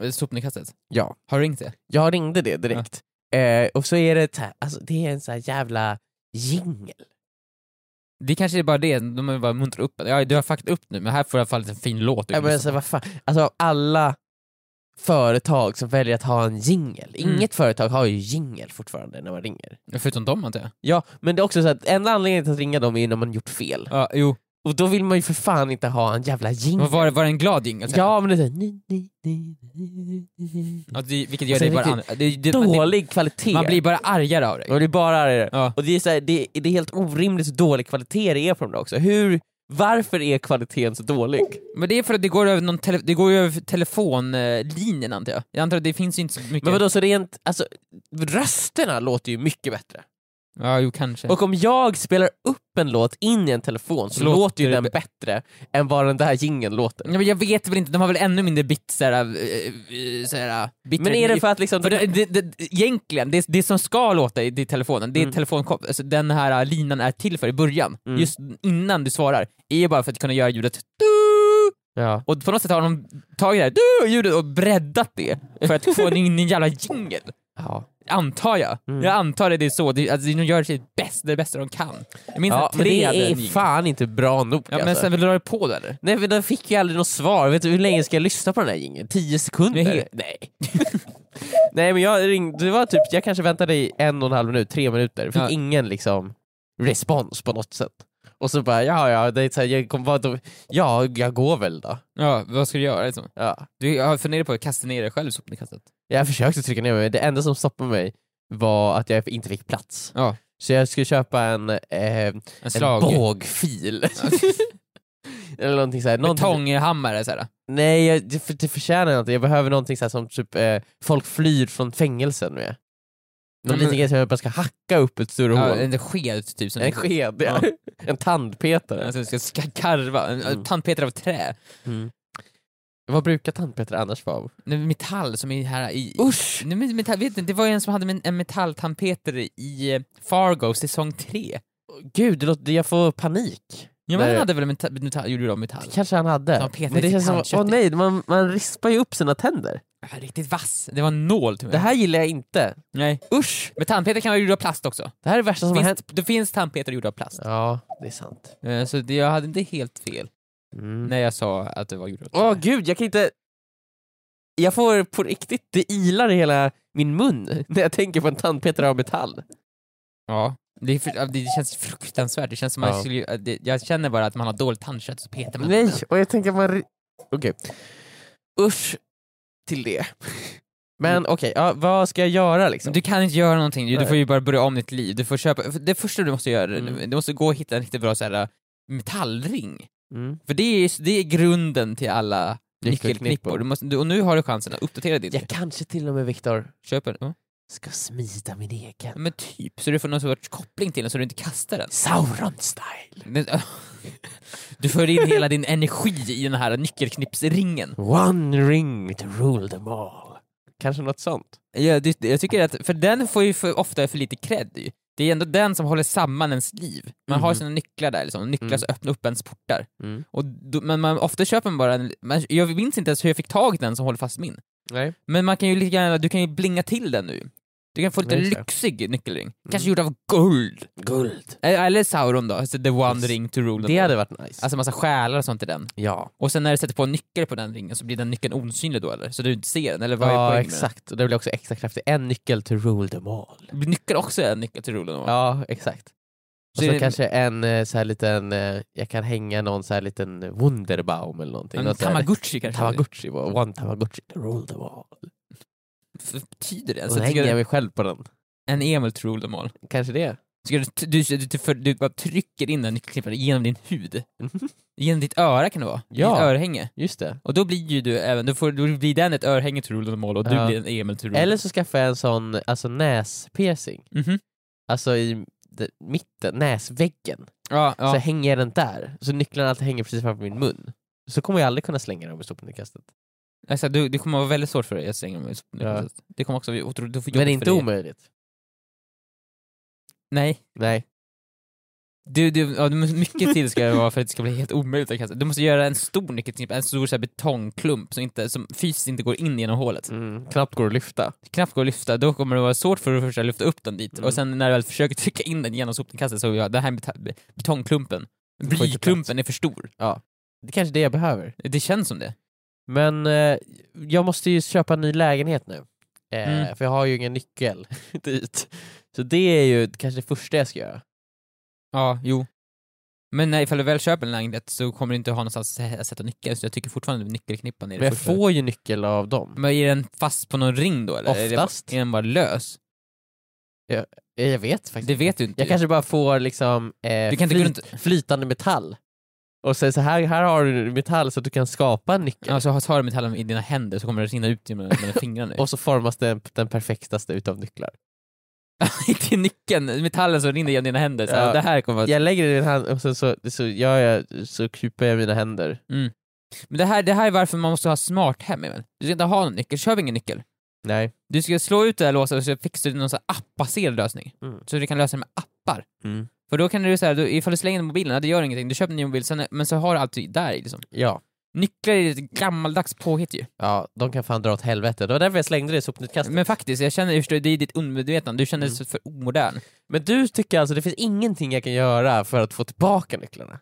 S3: Eh, Sopnedkastet?
S2: Ja.
S3: Har du ringt det?
S2: Jag ringde det direkt. Eh, och så är det, ett här, alltså, det är en sån här jävla jingel.
S3: Det kanske är bara det, de har bara muntrat upp ja, Du har fuckat upp nu, men här får du i alla fall en fin låt. Liksom. du
S2: Ja,
S3: kan
S2: men
S3: lyssna
S2: alltså, vad fan? alltså av alla företag som väljer att ha en jingel.
S3: Mm.
S2: Inget företag har ju jingel fortfarande när man ringer.
S3: på. Förutom dem antar jag.
S2: Ja, men det är också så att enda anledningen till att ringa dem är ju när man gjort fel.
S3: Ja, jo.
S2: Och då vill man ju för fan inte ha en jävla jingel.
S3: Var, var det en glad jingel?
S2: Ja, men det är såhär... ni, ni, ni, ni, ni,
S3: Ja, det,
S2: Och
S3: vilket gör
S2: sen
S3: dig bara...
S2: Alltså, riktigt
S3: an- det- det-
S2: ni. Dålig kvalitet.
S3: Man blir bara argare av dig.
S2: Man blir bara argare.
S3: Ja.
S2: Och det är, så här, det, det är helt orimligt så dålig kvalitet det är på dem där också. Hur, varför är kvaliteten så dålig?
S3: Men det är för att det går över, någon tele, det går ju över telefonlinjen antar jag. Jag antar att det finns ju inte så mycket...
S2: Men vadå, så rent, alltså, rösterna låter ju mycket bättre.
S3: Ja, jo kanske.
S2: Och om jag spelar upp en låt in i en telefon så låter,
S3: Låter
S2: ju
S3: det
S2: den
S3: bä-
S2: bättre än vad den där jingeln låter.
S3: Ja, men jag vet väl inte, de har väl ännu mindre bits såhär... eh, eh, såhär bit
S2: Men är det för att liksom...
S3: För det, det, det, egentligen, det, det som ska låta i, i telefonen, det är
S2: Mm.
S3: telefonkop- alltså, den här äh, linan är till för i början,
S2: Mm.
S3: just innan du svarar, är ju bara för att kunna göra ljudet du
S2: Ja.
S3: och på något sätt har de tagit det här du ljudet och breddat det för att få in en jävla jingel.
S2: Ja.
S3: Antar jag.
S2: Mm.
S3: Jag antar det, det är så, det, alltså, de gör sitt bäst, det bästa de kan. Jag minns
S2: Ja,
S3: att
S2: men
S3: tre
S2: det
S3: hade en
S2: är
S3: jingle.
S2: fan inte bra nog
S3: Ja, men
S2: alltså.
S3: sen vill du ha det på då eller?
S2: Nej för den fick ju aldrig något svar, vet du hur länge ska jag lyssna på den här jingeln? 10 sekunder?
S3: Nej.
S2: Nej. *laughs* Nej men jag ringde, det var typ, jag kanske väntade i en och en halv minut, tre minuter, fick
S3: Ja.
S2: ingen liksom respons på något sätt. Och så bara, ja ja, det är så här, jag kom bara, ja jag går väl då.
S3: Ja, vad ska du göra liksom?
S2: Ja.
S3: Du har funderat på att kasta ner dig själv i sopnedkastet?
S2: Jag försökte trycka ner mig, det enda som stoppade mig var att jag inte fick plats.
S3: Ja.
S2: Så jag skulle köpa en, eh,
S3: En
S2: en
S3: slag?
S2: bågfil. *laughs* Eller någonting såhär.
S3: Med tånghammare såhär?
S2: Nej, jag, det, för, det förtjänar jag inte. Jag behöver någonting så här som typ, eh, folk flyr från fängelsen med. Någon
S3: Men-
S2: liten grej som jag bara ska hacka upp ett större
S3: Ja,
S2: hål.
S3: en sked typ som
S2: En sked, ja. *laughs* En tandpetare.
S3: Alltså, ska ska karva, en
S2: Mm.
S3: mm. tandpetare av trä.
S2: Vad brukar tandpetare annars vara av?
S3: Nej, men Metall som är här i...
S2: Usch!
S3: Nej, men metall, vet du, det var ju en som hade men- en metalltandpetare i eh, Fargo säsong 3.
S2: Gud, det låter, jag får panik.
S3: Ja, men
S2: Nej.
S3: han hade väl en metall, metall, gjorde du av metall?
S2: Det kanske han hade.
S3: De petar
S2: Men det
S3: i
S2: känns som,
S3: tandköttet.
S2: åh nej, man, man rispar ju upp sina tänder.
S3: Ja, Riktigt vass, det var en nål till
S2: Det
S3: mig.
S2: här gillar jag inte.
S3: Nej.
S2: Usch!
S3: Men tandpetare kan vara gjorda av plast också.
S2: Det här är det värsta som har hänt.
S3: Finns, det finns tandpetare gjorda av plast.
S2: Ja, det är sant.
S3: Eh, Så det, jag hade inte helt fel
S2: Mm.
S3: när jag sa att det var gjorda av
S2: Åh
S3: trä.
S2: gud, jag kan inte... Jag får på riktigt, det ilar i hela min mun när jag tänker på en tandpetare av metall.
S3: Ja. Det, är fr- det känns fruktansvärt, det känns som man
S2: Ja.
S3: skulle, ju- att det, jag känner bara att man har dåligt tandkött så petar man
S2: Nej, och jag tänker att man... ri- Okej. Usch till det. Men okej, ja, vad ska jag göra liksom?
S3: Du kan inte göra någonting, du
S2: Nej.
S3: får ju bara börja om ditt liv. Du får köpa, det första du måste göra,
S2: Mm.
S3: du måste gå och hitta en riktigt bra så här, äh, metallring.
S2: Mm.
S3: För det är, det är grunden till alla
S2: Nyckelknippor.
S3: nyckelknippor. Du måste, du, och nu har du chansen att uppdatera ditt.
S2: Jag kanske till och med, Viktor,
S3: Köp en, ja.
S2: ska smida min egen.
S3: men typ, så du får någon sorts koppling till den så du inte kastar den.
S2: Sauron-style!
S3: Men, äh, Du för in hela din energi i den här nyckelknippsringen.
S2: One ring to rule them all. Kanske något sånt?
S3: Ja, det, jag tycker att, för den får ju för, ofta för lite cred ju. Det är ändå den som håller samman ens liv. Man har
S2: Mhm.
S3: sina nycklar där, liksom. nycklar
S2: Mm.
S3: som öppnar upp ens portar.
S2: Mm.
S3: Och då, men man, ofta köper man bara en, man, jag minns inte ens hur jag fick tag i den som håller fast min.
S2: Nej.
S3: Men man kan ju lika gärna, du kan ju blinga till den nu. Du kan få lite
S2: Ja, just det. Mm.
S3: lyxig nyckelring. Kanske gjord av guld.
S2: Guld.
S3: Eh, Eller Sauron då, alltså the one
S2: Yes.
S3: ring to rule them
S2: Det
S3: all.
S2: hade varit nice.
S3: Alltså massa själar och sånt i den.
S2: ja,
S3: Och sen när du sätter på en nyckel på den ringen så blir den nyckeln osynlig då eller? Så du inte ser den, eller vad är
S2: ja
S3: poängen med
S2: exakt. Och det blir också extra kraftigt. En nyckel to rule them all.
S3: den? Blir nyckeln också en nyckel till rule them all?
S2: Ja, exakt. Och
S3: Så
S2: så
S3: är det-
S2: kanske en eh, så här liten, eh, jag kan hänga någon så här liten Wunderbaum eller någonting.
S3: En
S2: Något så här-
S3: Tamagotchi kanske?
S2: Tamagotchi, var- one Tamagotchi, to rule them all.
S3: Vad betyder det?
S2: Och
S3: ens?
S2: så
S3: Jag
S2: hänger
S3: tycker
S2: jag
S3: att-
S2: mig själv på den.
S3: En Emil to rule them all.
S2: Kanske det.
S3: Så kan du, du, du, du, för, du bara trycker in den nyckelknippan genom din hud.
S2: Mhm.
S3: Genom ditt öra kan det vara.
S2: Ja.
S3: Ditt örhänge.
S2: Just det.
S3: Och då blir ju du även, då, får, då blir den ett örhänge till Rule of the Mall och du
S2: Ja.
S3: blir en Emil till Rule
S2: Eller så skaffar jag en sån alltså näspiercing,
S3: Mhm.
S2: alltså i d- mitten, näsväggen.
S3: Ja,
S2: Så
S3: ja.
S2: hänger jag den där, så nycklarna alltid hänger precis framför min mun. Så kommer jag aldrig kunna slänga dem i sopnedkastet.
S3: Alltså, du, det kommer vara väldigt svårt för dig att slänga dem i
S2: Ja.
S3: sopnedkastet. Det kommer också bli otroligt du får
S2: Men
S3: jobbigt
S2: inte
S3: för dig.
S2: omöjligt.
S3: Nej.
S2: Nej.
S3: Du, du, ja, du, måste- mycket tid ska det vara för att det ska bli helt omöjligt att kasta. Du måste göra en stor nyckelknippa, en stor så här, betongklump som, inte, som fysiskt inte går in genom hålet.
S2: Mm, knappt går att lyfta.
S3: Knappt går att lyfta, då kommer det vara svårt för dig att först lyfta upp den dit.
S2: Mm.
S3: Och sen när du väl försöker trycka in den genom sopnedkastet så, ja, den här beta- betongklumpen,
S2: inte plats.
S3: blyklumpen är för stor.
S2: Det är kanske är det jag behöver.
S3: Det känns som det.
S2: Men eh, jag måste ju köpa en ny lägenhet nu. Eh,
S3: Mm.
S2: För jag har ju ingen nyckel *laughs* dit. Så det är ju kanske det första jag ska göra.
S3: Ja, jo. Men nej, ifall du väl köper en lägenhet så kommer du inte ha någonstans att sä- sätta nyckeln, så jag tycker fortfarande att nyckelknippan är
S2: Men
S3: det
S2: jag
S3: första.
S2: får ju nyckel av dem.
S3: Men är den fast på någon ring då eller? Är Eh, det-
S2: Oftast.
S3: Är den bara lös?
S2: Eh, Jag vet faktiskt
S3: Det vet du inte.
S2: Jag kanske bara får liksom eh,
S3: Du kan inte gå
S2: flyt-
S3: runt-
S2: flytande metall. Och säger så här, här har du metall så att du kan skapa en nyckel.
S3: Alltså tar du metallen i *laughs* dina händer så kommer det rinna ut genom dina fingrar nu.
S2: Och så formas den, den perfektaste utav nycklar.
S3: Inte i nyckeln, metallen som rinner genom dina händer. Så här,
S2: Ja.
S3: Det här kommer vara...
S2: Jag lägger det i din hand och sen så, så gör jag, så kupar jag mina händer.
S3: Men det här, det här är varför man måste ha smart hem, Emil. Du ska inte ha någon nyckel, köp ingen nyckel.
S2: Nej.
S3: Du ska slå ut det här låset och så fixar du någon sån här appbaserad lösning.
S2: Mm.
S3: Så du kan lösa det med appar.
S2: Mm.
S3: För då kan du säga, då- ifall du slänger den mobilen, ja, det gör ingenting, du köper en ny mobil, sen, men så har du alltid där i, liksom.
S2: Ja.
S3: Nycklar är ett gammaldags påhitt ju.
S2: ja, de kan fan dra åt helvete. Det var därför jag slängde det Mm. i sopnedkastet.
S3: Men faktiskt, jag känner, förstår du, det är ditt undermedvetna, du känner dig så för omodern.
S2: Men du tycker alltså det finns ingenting jag kan göra för att få tillbaka nycklarna?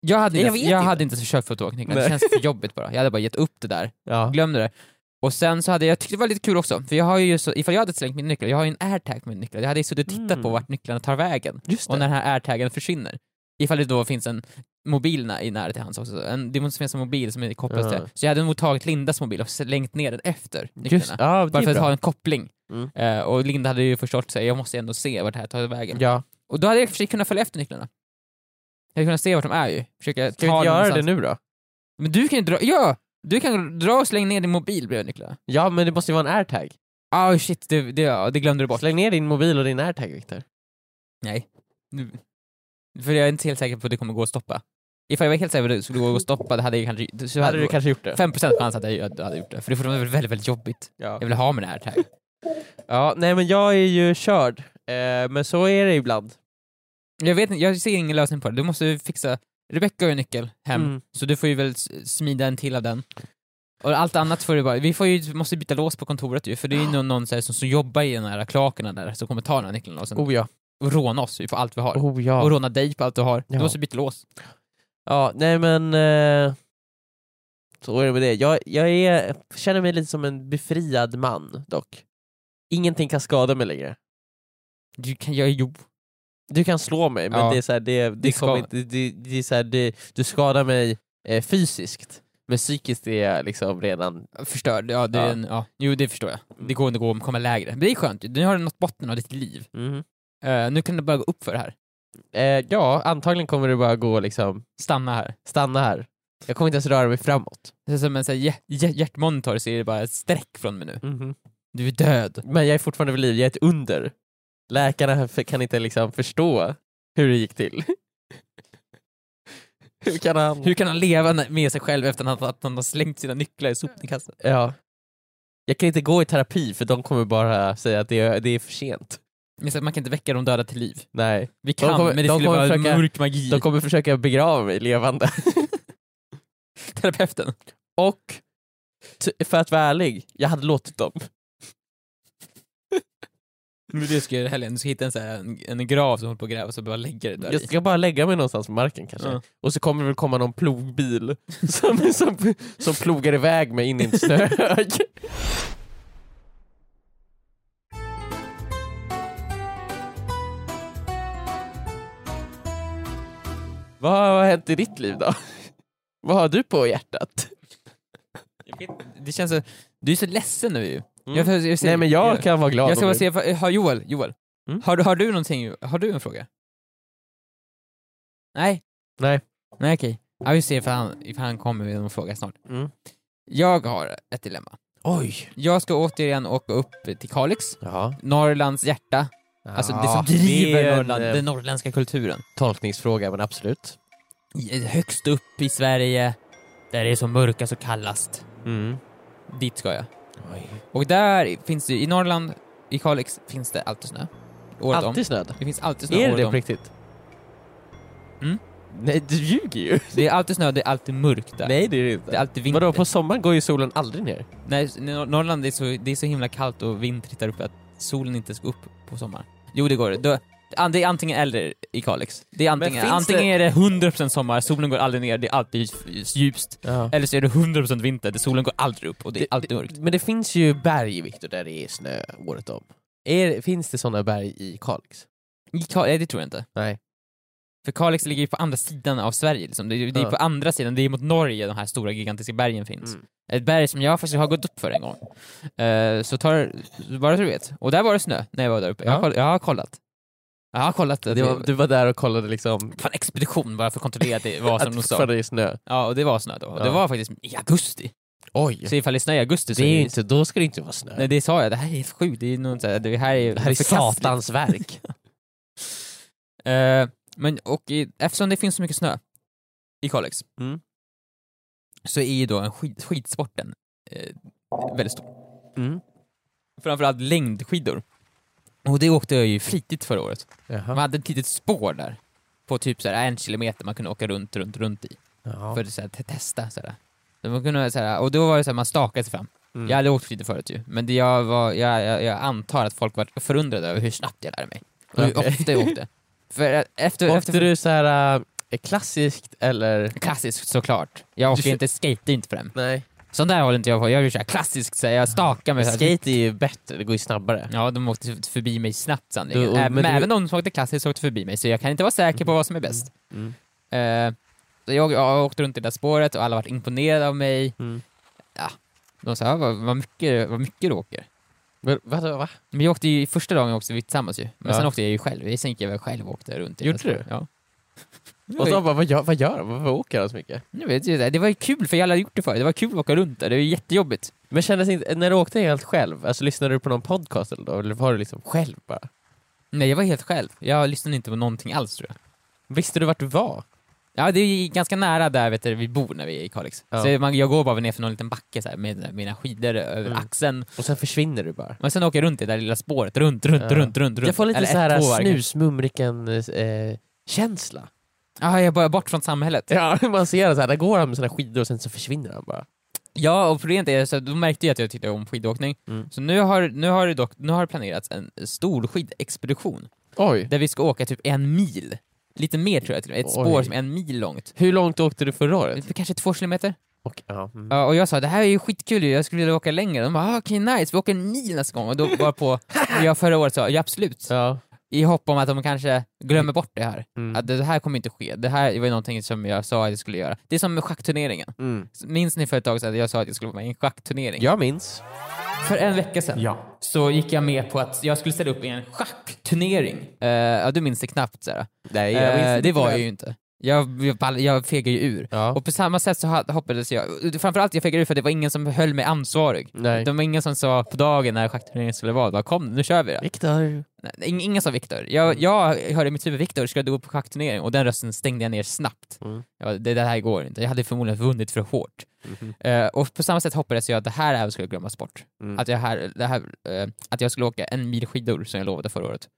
S3: Jag hade,
S2: Jag
S3: inte,
S2: vet
S3: jag
S2: inte.
S3: hade inte försökt få tillbaka nycklarna, det
S2: Nej.
S3: känns för jobbigt bara. Jag hade bara gett upp det där,
S2: Ja.
S3: glöm det där. Och sen så hade jag, jag tyckte det var lite kul också, för jag har ju, så, ifall jag hade slängt min nyckel, jag har ju en airtag med nycklar, jag hade ju suttit och tittat på
S2: Mm.
S3: vart nycklarna tar vägen.
S2: Just
S3: och
S2: det.
S3: när den här airtagen försvinner. Ifall det då finns en mobil nä- i nära till hans också, en, det måste finnas en mobil som är kopplad till
S2: Ja.
S3: det. Så jag hade nog tagit Lindas mobil och slängt ner den efter
S2: Just,
S3: nycklarna.
S2: ja, det
S3: Bara för
S2: är
S3: att
S2: bra.
S3: ha en koppling.
S2: Mm.
S3: Eh, och Linda hade ju förstått sig, jag måste ändå se vart det här tar vägen.
S2: Ja.
S3: Och då hade jag i och för sig kunnat följa efter nycklarna. Jag hade kunnat se vart de är ju. Försöka
S2: Ska vi
S3: ta
S2: inte
S3: dem
S2: göra det
S3: någonstans.
S2: nu då?
S3: Men du kan ju dra, ja! Du kan dra och slänga ner din mobil bredvid nycklarna.
S2: Ja, men det måste ju vara en airtag.
S3: Ah shit, det, det, ja, det glömde du bort.
S2: Släng ner din mobil och din airtag, Viktor.
S3: Nej. Nu. För jag är inte helt säker på att det kommer gå att stoppa. Ifall jag var helt säker på att det skulle gå att stoppa, det hade jag kanske... Så
S2: Hade
S3: hade
S2: du kanske gjort det?
S3: 5% chans att jag jag hade gjort det, för det vore väldigt, väldigt jobbigt.
S2: Ja.
S3: Jag vill ha med det här tag.
S2: ja, nej men jag är ju körd. Eh, men så är det ibland.
S3: Jag vet inte, jag ser ingen lösning på det. Du måste ju fixa... Rebecca har ju nyckel hem,
S2: Mm.
S3: så du får ju väl s- smida en till av den. Och allt annat får du bara... Vi får ju, måste byta lås på kontoret ju, för det är ju någon, någon så här, som, som jobbar i den här klakerna där, som kommer ta den här nyckeln och sen
S2: Oh ja.
S3: råna oss ju på allt vi har.
S2: Oh ja.
S3: Och råna dig på allt du har. Du
S2: Ja.
S3: måste byta lås.
S2: Ja, nej men... Eh, så är det med det. Jag, jag är, känner mig lite som en befriad man dock. Ingenting kan skada mig längre.
S3: Du kan göra jobb.
S2: Du kan slå mig men
S3: Ja.
S2: det är så här, det, det,
S3: Det ska-
S2: kommer inte, det, det är så här, det, du skadar mig eh, fysiskt. Men psykiskt är jag liksom redan...
S3: Förstörd, ja, det är
S2: Ja.
S3: En, ja. Jo det förstår jag. Det går inte att gå och komma lägre. Men det är skönt ju. nu har du nått botten av ditt liv. Eh, nu kan du börja gå upp för det här.
S2: Eh, ja, antagligen kommer det bara gå liksom,
S3: Stanna här.
S2: stanna här. Jag kommer inte ens röra mig framåt.
S3: Det är som en sån här, hjär- hjär- hjärtmonitor så är det bara ett streck från mig nu. Du är död.
S2: Men jag är fortfarande vid liv, jag är ett under. Läkarna f- kan inte liksom förstå hur det gick till. *laughs* hur kan han...
S3: Hur kan han leva när- med sig själv efter att han, att han har slängt sina nycklar i sopnedkastet?
S2: Ja. Jag kan inte gå i terapi för de kommer bara säga att det är, det är för sent.
S3: Men så att Man kan inte väcka de döda till liv.
S2: Nej.
S3: Vi kan,
S2: kommer-
S3: men det
S2: de
S3: skulle
S2: kommer
S3: vara
S2: försöka-
S3: mörk magi.
S2: De kommer försöka begrava mig levande.
S3: Terapeuten.
S2: Och, t- för att vara ärlig, jag hade låtit dem.
S3: Men det ska jag göra i helgen. Du ska hitta en, så här, en, en grav som håller på att gräva och så bara lägga det där
S2: Jag
S3: i.
S2: ska bara lägga mig någonstans på marken kanske.
S3: Ja.
S2: Och så kommer det väl komma någon plogbil *laughs* som, som, som plogar iväg mig in i en snöhög. vad, har- vad har hänt i ditt liv då? *laughs* vad har du på hjärtat?
S3: Jag vet inte. *laughs* Det känns så... Du är så ledsen nu ju.
S2: Mm.
S3: får- ser-
S2: Nej men jag kan vara glad
S3: Jag ska
S2: om
S3: bara
S2: du-
S3: se, vad- har Joel, Joel.
S2: Mm?
S3: Har, du- har du någonting, har du en fråga? Nej?
S2: Nej.
S3: Nej okej. Ja, vi ser ifall han, ifall han kommer med någon fråga snart.
S2: Mm.
S3: Jag har ett dilemma.
S2: Oj!
S3: Jag ska återigen åka upp till Kalix,
S2: Ja.
S3: Norrlands hjärta, alltså det som driver Norrland, den norrländska kulturen.
S2: eh, Tolkningsfråga men absolut.
S3: I- Högst upp i Sverige, där det är så mörkast och kallast.
S2: Mm.
S3: Dit ska jag.
S2: Oj.
S3: Och där finns det, i Norrland, i Kalix, finns det alltid snö. Året om.
S2: Alltid snöd.
S3: Det finns alltid snö
S2: Är det
S3: året
S2: det
S3: om.
S2: på riktigt?
S3: Mm.
S2: Nej, du ljuger ju.
S3: Det är alltid snö, det är alltid mörkt där.
S2: Nej, det är det inte.
S3: Det är alltid vinter.
S2: Vadå, på sommaren går ju solen aldrig ner?
S3: Nej, Nor- Norrland är så, det är så himla kallt och vintrigt där uppe att solen inte ska upp på sommaren. Jo, det går. Det, an- det är antingen eller i Kalix. Det är antingen,
S2: finns
S3: antingen
S2: det-
S3: är det 100% sommar, solen går aldrig ner, det är alltid f- ljust.
S2: Eh,
S3: Eller så är det 100% vinter, där solen går aldrig upp och det är alltid mörkt.
S2: Men det finns ju berg, Viktor, där det är snö året om. Är, finns det sådana berg i Kalix?
S3: I Kal- Nej, det tror jag inte.
S2: Nej.
S3: För Kalix ligger ju på andra sidan av Sverige liksom. Det, är- det är
S2: Ja.
S3: på andra sidan, det är mot Norge de här stora gigantiska bergen finns.
S2: Mm.
S3: Ett berg som jag faktiskt har gått upp för en gång. Eh, så tar, bara så du vet. Och där var det snö när jag var där uppe. Jag, har,
S2: Ja.
S3: koll- jag har kollat. Jag har kollat. att
S2: Det
S3: det
S2: var, du var där och kollade liksom
S3: Fan expedition bara för att kontrollera att det
S2: *laughs*
S3: var
S2: att
S3: som
S2: det
S3: de sa.
S2: fortfarande är snö?
S3: Ja, och det var snö då. Och Det
S2: Ja.
S3: var faktiskt i augusti.
S2: Oj!
S3: Så ifall det snöar i augusti så
S2: Det är ju
S3: det-
S2: inte, då ska det inte vara snö.
S3: Nej det sa jag, det här är helt sjukt. Det, är nog inte- det här är,
S2: det här är
S3: förkastligt.
S2: satans *laughs* verk.
S3: Eh, men och i, eftersom det finns så mycket snö i Kalix
S2: Mm.
S3: så är ju då en skid, skidsporten eh, väldigt stor.
S2: Mm.
S3: Framförallt längdskidor. Och det åkte jag ju flitigt förra året. Man
S2: Jaha.
S3: hade ett litet spår där på typ så här en kilometer man kunde åka runt, runt, runt i
S2: Ja.
S3: för att så här, te- testa. Så här. Så man kunde, så här, och då var det så här, man stakade sig fram.
S2: Mm.
S3: Jag hade åkt skidor förut ju, men det jag, var, jag, jag, jag antar att folk var förundrade över hur snabbt jag lärde mig. Och hur
S2: Okej.
S3: ofta
S2: *laughs*
S3: jag åkte. För eh, efter, efter
S2: Åkte du så här äh, klassiskt eller?
S3: Klassiskt såklart. Jag åker
S2: Du-
S3: ju inte, skate inte för den.
S2: Nej.
S3: Sån där håller inte jag på. Jag gör ju såhär klassiskt, så här, jag stakar mig. så här.
S2: Skate är ju bättre, det går ju snabbare.
S3: Ja, de åkte förbi mig snabbt sannolikt.
S2: Du- och-
S3: Även,
S2: men du-
S3: även de som åkte klassiskt åkte förbi mig, så jag kan inte vara säker på vad som är bäst.
S2: Mm.
S3: Eh, så jag, jag åkte runt i det där spåret och alla var imponerade av mig.
S2: Mm.
S3: Ja, de sa "Ah, vad, vad, mycket, vad mycket du åker.
S2: Men, vadå, va?
S3: Men jag åkte ju, första dagen åkte vi tillsammans ju. Men
S2: Ja.
S3: sen åkte jag ju själv. Sen gick jag väl själv och åkte runt. i det
S2: Gjorde
S3: där spåret. Ja.
S2: Och de bara, vad gör, vad gör de? Varför åker de så mycket?
S3: Jag vet ju det. Det var ju kul för jag hade gjort det förut. Det var kul att åka runt där. Det var ju jättejobbigt.
S2: Men kändes inte, när du åkte helt själv, alltså lyssnade du på någon podcast eller, då, eller var du liksom själv bara?
S3: Nej, jag var helt själv. Jag lyssnade inte på någonting alls tror jag.
S2: Visste du vart du var?
S3: Ja, det är ju ganska nära där vet du, vi bor när vi är i Kalix.
S2: Ja.
S3: Så man, jag går bara ner för någon liten backe så här, med mina skidor över
S2: Mm.
S3: axeln.
S2: Och sen försvinner du bara?
S3: Men sen åker jag runt i det där lilla spåret, runt, runt,
S2: Ja.
S3: runt, runt, runt.
S2: Jag får lite
S3: Eller
S2: så
S3: ett,
S2: här eh,
S3: två varv kanske.
S2: snusmumriken-känsla.
S3: Ja, jag bara bort från samhället.
S2: ja, *laughs* man ser så här, där går han med sina skidor och sen så försvinner han bara.
S3: Ja, och problemet är så då märkte jag att jag tyckte om skidåkning.
S2: Mm.
S3: Så nu har, nu har det dock, nu har det planerats en stor skidexpedition.
S2: Oj.
S3: Där vi ska åka typ en mil. Lite mer tror jag till och med. Ett
S2: Oj.
S3: spår som är en mil långt.
S2: Hur långt åkte du förra året?
S3: Kanske två kilometer?
S2: Och, ja. mm.
S3: Ja, och jag sa det här är ju skitkul ju, jag skulle vilja åka längre. De bara "Ah, okej nice, vi åker en mil nästa gång. Och då var på, jag förra året sa ja absolut.
S2: ja.
S3: I hopp om att de kanske glömmer bort det här.
S2: Mm.
S3: Att det här kommer inte ske. Det här var ju någonting som jag sa att jag skulle göra. Det är som med schackturneringen.
S2: Mm.
S3: Minns ni för ett tag sedan att jag sa att jag skulle vara med i en schackturnering?
S2: Jag minns.
S3: För en vecka sedan så gick jag med på att jag skulle ställa upp i en schackturnering. Eh, ja, du minns det knappt Sara.
S2: Nej,
S3: Eh, det var jag ju inte. Jag, jag, ball- jag fegade ju ur.
S2: Ja.
S3: Och på samma sätt så ha- hoppades jag, framförallt jag fegade ur för det var ingen som höll mig ansvarig.
S2: Nej.
S3: Det var ingen som sa på dagen när schackturneringen skulle vara, bara, kom nu kör vi det.
S2: Viktor.
S3: Nej, ing- Ingen sa Viktor.
S2: Mm.
S3: Jag, jag hörde i mitt huvud Viktor, ska du gå på schackturnering? Och den rösten stängde jag ner snabbt.
S2: Mm.
S3: Ja, det, det här går inte. Jag hade förmodligen vunnit för hårt.
S2: Mhm.
S3: Eh, och på samma sätt hoppades jag att det här även skulle glömmas bort.
S2: Mm.
S3: Att, jag här, det här, eh, att jag skulle åka en mil skidor som jag lovade förra året.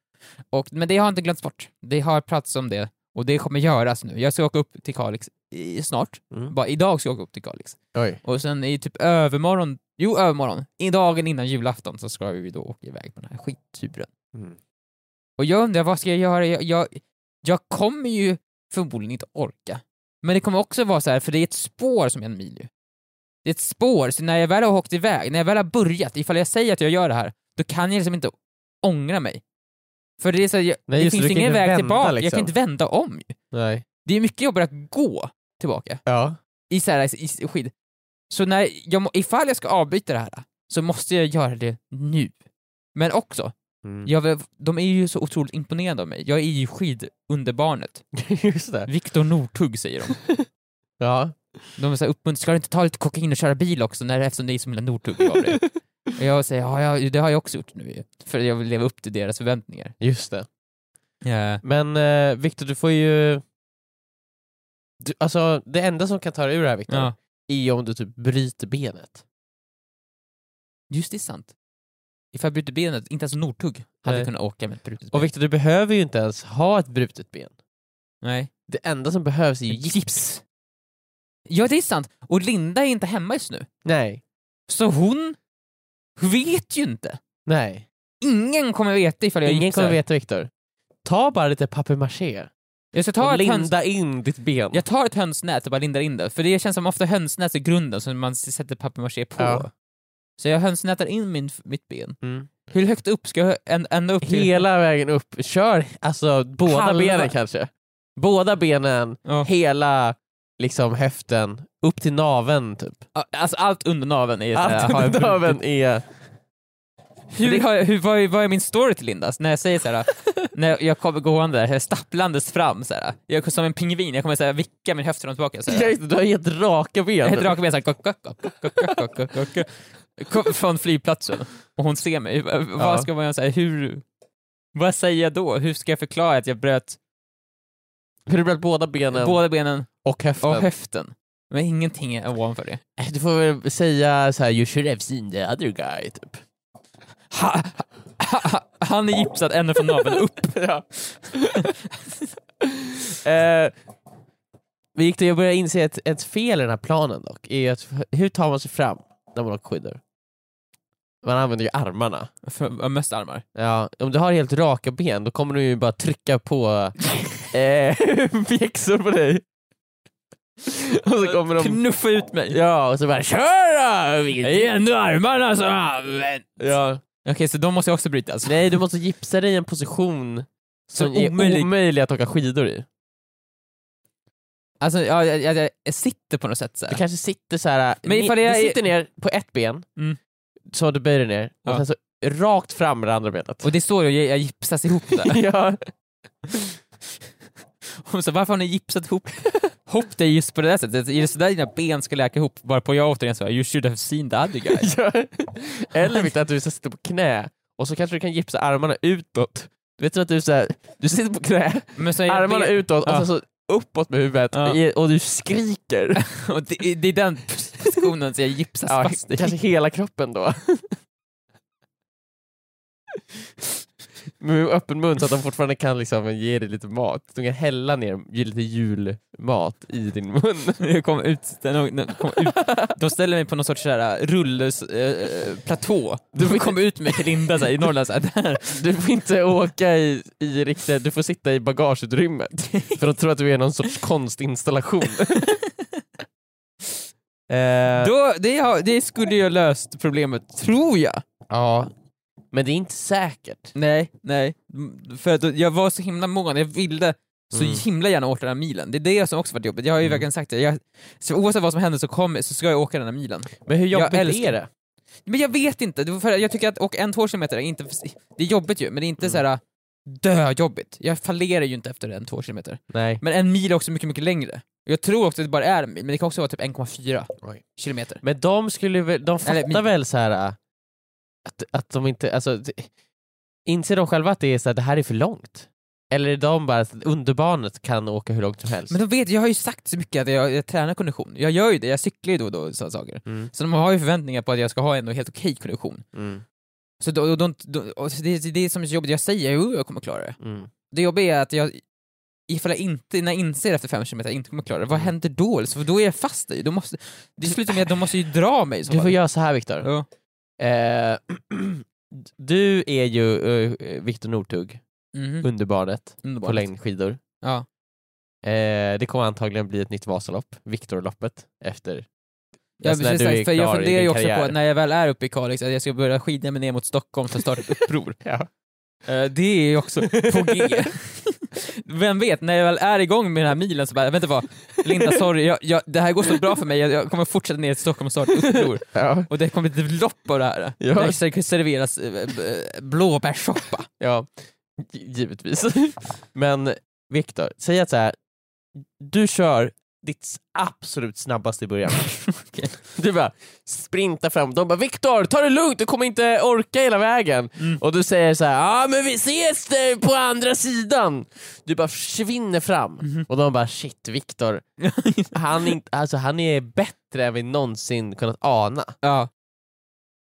S3: Och, men det har inte glömts bort. Det har pratats om det och det kommer göras nu. Jag ska åka upp till Kalix i, snart.
S2: Mm.
S3: Bara idag ska jag åka upp till Kalix.
S2: Oj.
S3: Och sen i typ övermorgon, jo övermorgon, i dagen innan julafton så ska vi då åka iväg på den här skitturen.
S2: Mm.
S3: Och jag undrar, vad ska jag göra? Jag, jag, jag kommer ju förmodligen inte orka. Men det kommer också vara så här, för det är ett spår som är en mil ju. Det är ett spår, så när jag väl har åkt iväg, när jag väl har börjat, ifall jag säger att jag gör det här, då kan jag liksom inte ångra mig. För det är så, här, jag,
S2: Nej,
S3: det
S2: just det,
S3: finns
S2: du kan
S3: ingen
S2: inte
S3: väg
S2: vända,
S3: tillbaka, jag
S2: liksom.
S3: kan inte vända om ju.
S2: Nej.
S3: Det är mycket jobbigare att gå tillbaka
S2: Ja.
S3: i, så här, i, i skid. Så när jag, må- ifall jag ska avbryta det här, så måste jag göra det nu. Men också,
S2: Mm.
S3: Jag, vill- de är ju så otroligt imponerade av mig. Jag är ju skidunderbarnet.
S2: *laughs* Just det.
S3: Viktor Northug säger de.
S2: Ja.
S3: De är så här uppmunt- ska du inte ta lite kokain och köra bil också när, eftersom det är som himla Northug gav dig? Och jag säger, ja, jag, det har jag också gjort nu ju. för jag vill leva upp till deras förväntningar.
S2: Just det.
S3: Ja.
S2: Men eh, Viktor, du får ju... Du, alltså, det enda som kan ta dig ur det här Viktor, är ju om du typ bryter benet.
S3: Just det, är sant. Ifall jag bryter benet, inte ens Northug hade
S2: Nej.
S3: kunnat åka med ett brutet ben.
S2: Och Viktor, du behöver ju inte ens ha ett brutet ben.
S3: Nej.
S2: Det enda som behövs är ju gips.
S3: Gips. Ja, det är sant. Och Linda är inte hemma just nu.
S2: Nej.
S3: Så hon vet ju inte.
S2: Nej.
S3: Ingen kommer veta ifall jag
S2: Ingen
S3: gipsar.
S2: kommer veta Viktor. Ta bara lite papier-maché
S3: Jag ska ta
S2: och
S3: ett höns...
S2: linda in ditt ben.
S3: Jag tar ett hönsnät och bara lindar in det, för det känns som ofta hönsnät är grunden som man s- sätter papier-maché på.
S2: Ja.
S3: Så jag hönsnätar in min, mitt ben.
S2: Mm.
S3: Hur högt upp ska jag än- ända upp till?
S2: Hela vägen upp. Kör alltså båda
S3: Halva.
S2: benen kanske. Båda benen,
S3: Ja.
S2: hela liksom höften, upp till naveln typ.
S3: *laughs* Alltså allt under naveln är så här,
S2: Allt
S3: har jag
S2: under
S3: brutit.
S2: naveln är
S3: Hur, har jag- hur, vad, är, vad är min story till Lindas? När jag säger
S2: *laughs*
S3: så här, när jag kommer gående där, stapplandes fram så här, jag kommer som en pingvin, jag kommer så här, vicka min höft fram och tillbaka. Så här.
S2: Ja, just det, Du har helt raka ben.
S3: Jag heter raka ben såhär, kock, kock, kock, kock, kock, kock, kock, kock, kock. Kom från flygplatsen och hon ser mig. V-
S2: Ja.
S3: Vad ska man göra? Så här, hur, vad säger jag då? Hur ska jag förklara att jag bröt
S2: För du bröt båda benen
S3: båda benen
S2: och höften. Äh,
S3: och höften? Men ingenting är ovanför det.
S2: Du får väl säga så här, you should have seen the other guy, typ.
S3: Ha, ha, ha, han är gipsad ända från naveln upp.
S2: Eh, vi gick till, jag började inse ett, ett fel i den här planen dock, är att hur tar man sig fram när man har skidor? Man använder ju armarna.
S3: För, mest armar.
S2: Ja, om du har helt raka ben då kommer du ju bara trycka på
S3: *laughs*
S2: eh, *laughs* pjäxor på dig. Och så kommer de...
S3: Knuffa ut mig.
S2: Ja, och så bara KÖR då!
S3: Det är ju ändå armarna som används.
S2: Ja.
S3: Okej, så de måste jag också Alltså, brytas.
S2: Nej, du måste gipsa dig i en position
S3: Så
S2: som är
S3: omöjlig.
S2: omöjlig att åka skidor i.
S3: Alltså, ja, jag, jag, jag sitter på något sätt så
S2: Du
S3: här.
S2: kanske sitter så här.
S3: Men
S2: ni-
S3: ifall jag
S2: du
S3: är-
S2: sitter ner på ett ben,
S3: Mm.
S2: så du böjer dig ner, och
S3: Ja.
S2: sen så rakt fram med det andra benet.
S3: Och det står ju, jag, jag gipsas ihop där.
S2: *laughs* ja.
S3: Hon sa, varför har ni gipsat ihop, ihop dig just på det där sättet? Är det sådär dina ben ska läka ihop? Varpå jag återigen sa, you should have seen the
S2: *laughs*
S3: other guy.
S2: Ja. Eller vet du, att du så sitter på knä, och så kanske du kan gipsa armarna utåt. Du vet så att du, så här, du sitter på knä,
S3: Men så är jag
S2: armarna
S3: ben-
S2: utåt, och
S3: Ja.
S2: sen så uppåt med huvudet,
S3: Ja.
S2: i- och du skriker.
S3: och det, det är den positionen som jag gipsas
S2: Ja,
S3: fast i.
S2: kanske hela kroppen då. Med öppen mun så att de fortfarande kan liksom ge dig lite mat. De kan hälla ner ju- lite julmat i din mun.
S3: Jag kom ut, den, den kom ut. De ställer mig på någon sorts äh, sådär rullesplatå. äh, De kom ut mig till Linda såhär, i Norrland. Såhär, där.
S2: Du får inte åka i, i riktiga, du får sitta i bagageutrymmet för de tror att du är någon sorts konstinstallation. Eh,
S3: Då, det, har- det skulle ju ha löst problemet, tror jag.
S2: ja, men det är inte säkert.
S3: Nej, nej. Mm, För att jag var så himla mån, jag ville så
S2: Mm.
S3: himla gärna åka den här milen. Det är det som också varit jobbigt. Jag har ju
S2: Mm.
S3: verkligen sagt det. Jag, så oavsett vad som händer så, kommer, så ska jag åka den här milen.
S2: Men hur
S3: Jag
S2: jobbigt
S3: älskar-
S2: är det?
S3: Men jag vet inte, det var för, jag tycker att åka en två kilometer är inte... Det är jobbigt ju, men det är inte
S2: Mm.
S3: så här döjobbigt. Jag fallerar ju inte efter en två kilometer.
S2: Nej.
S3: Men en mil är också mycket, mycket längre. Jag tror också att det bara är en mil, men det kan också vara typ 1,4
S2: Oj.
S3: kilometer.
S2: Men de skulle väl, de fattar
S3: Eller min-
S2: väl så här äh, att, att de inte, alltså det- inser de själva att det är så här, det här är för långt? Eller är de bara att underbarnet kan åka hur långt som helst?
S3: Men de vet, jag har ju sagt så mycket att jag, jag tränar kondition. Jag gör ju det, jag cyklar ju då och då och sådana saker.
S2: Mm.
S3: Så de har ju förväntningar på att jag ska ha en helt okej kondition.
S2: Mm,
S3: Så då, då, då, och det, det- det är som är så jobbigt, jag säger ju jag kommer klara det.
S2: mm.
S3: Det jobbiga är att jag, ifall jag inte, när jag inser efter fem kilometer att jag inte kommer klara det, vad
S2: Mm.
S3: händer då? Så då är jag fast i, då måste, det slutar med att de måste ju dra mig i så
S2: Du får
S3: fall.
S2: göra så här Viktor.
S3: Ja.
S2: Eh, *clears throat* du är ju eh, Viktor Nortug, Mm-hmm.
S3: Mhm.
S2: underbarnet på
S3: Underbart.
S2: längdskidor.
S3: Ja.
S2: Eh, det kommer antagligen bli ett nytt Vasalopp, Viktorloppet, efter
S3: Ja,
S2: Alltså, när
S3: precis,
S2: du är
S3: för jag
S2: klar i
S3: funderar ju
S2: din
S3: också på
S2: karriär.
S3: att när jag väl är uppe i Kalix att jag ska börja skida mig ner mot Stockholm för att
S2: *laughs*
S3: starta ett uppror.
S2: Ja.
S3: Eh, Det är ju också på G. *laughs* Vem vet, när jag väl är igång med den här milen så bara, vänta vad, Linda sorry, jag, jag, det här går så bra för mig, jag, jag kommer fortsätta ner till Stockholm och starta ett uppror.
S2: Ja.
S3: Och det kommer bli ett lopp av det här.
S2: Ja.
S3: Där ser- serveras eh, b- blåbärssoppa.
S2: Ja, gi- givetvis. *laughs* Men Viktor, säg att så här, du kör ditt s- absolut snabbaste i början.
S3: Okej.
S2: Du bara sprintar fram, de bara “Viktor, ta det lugnt, du kommer inte orka hela vägen”.
S3: Mm.
S2: Och du säger så här “Ja men vi ses eh, på andra sidan”. Du bara försvinner fram och de bara “Shit, Viktor, han, är inte- alltså, han är bättre än vi någonsin kunnat ana”.
S3: Ja,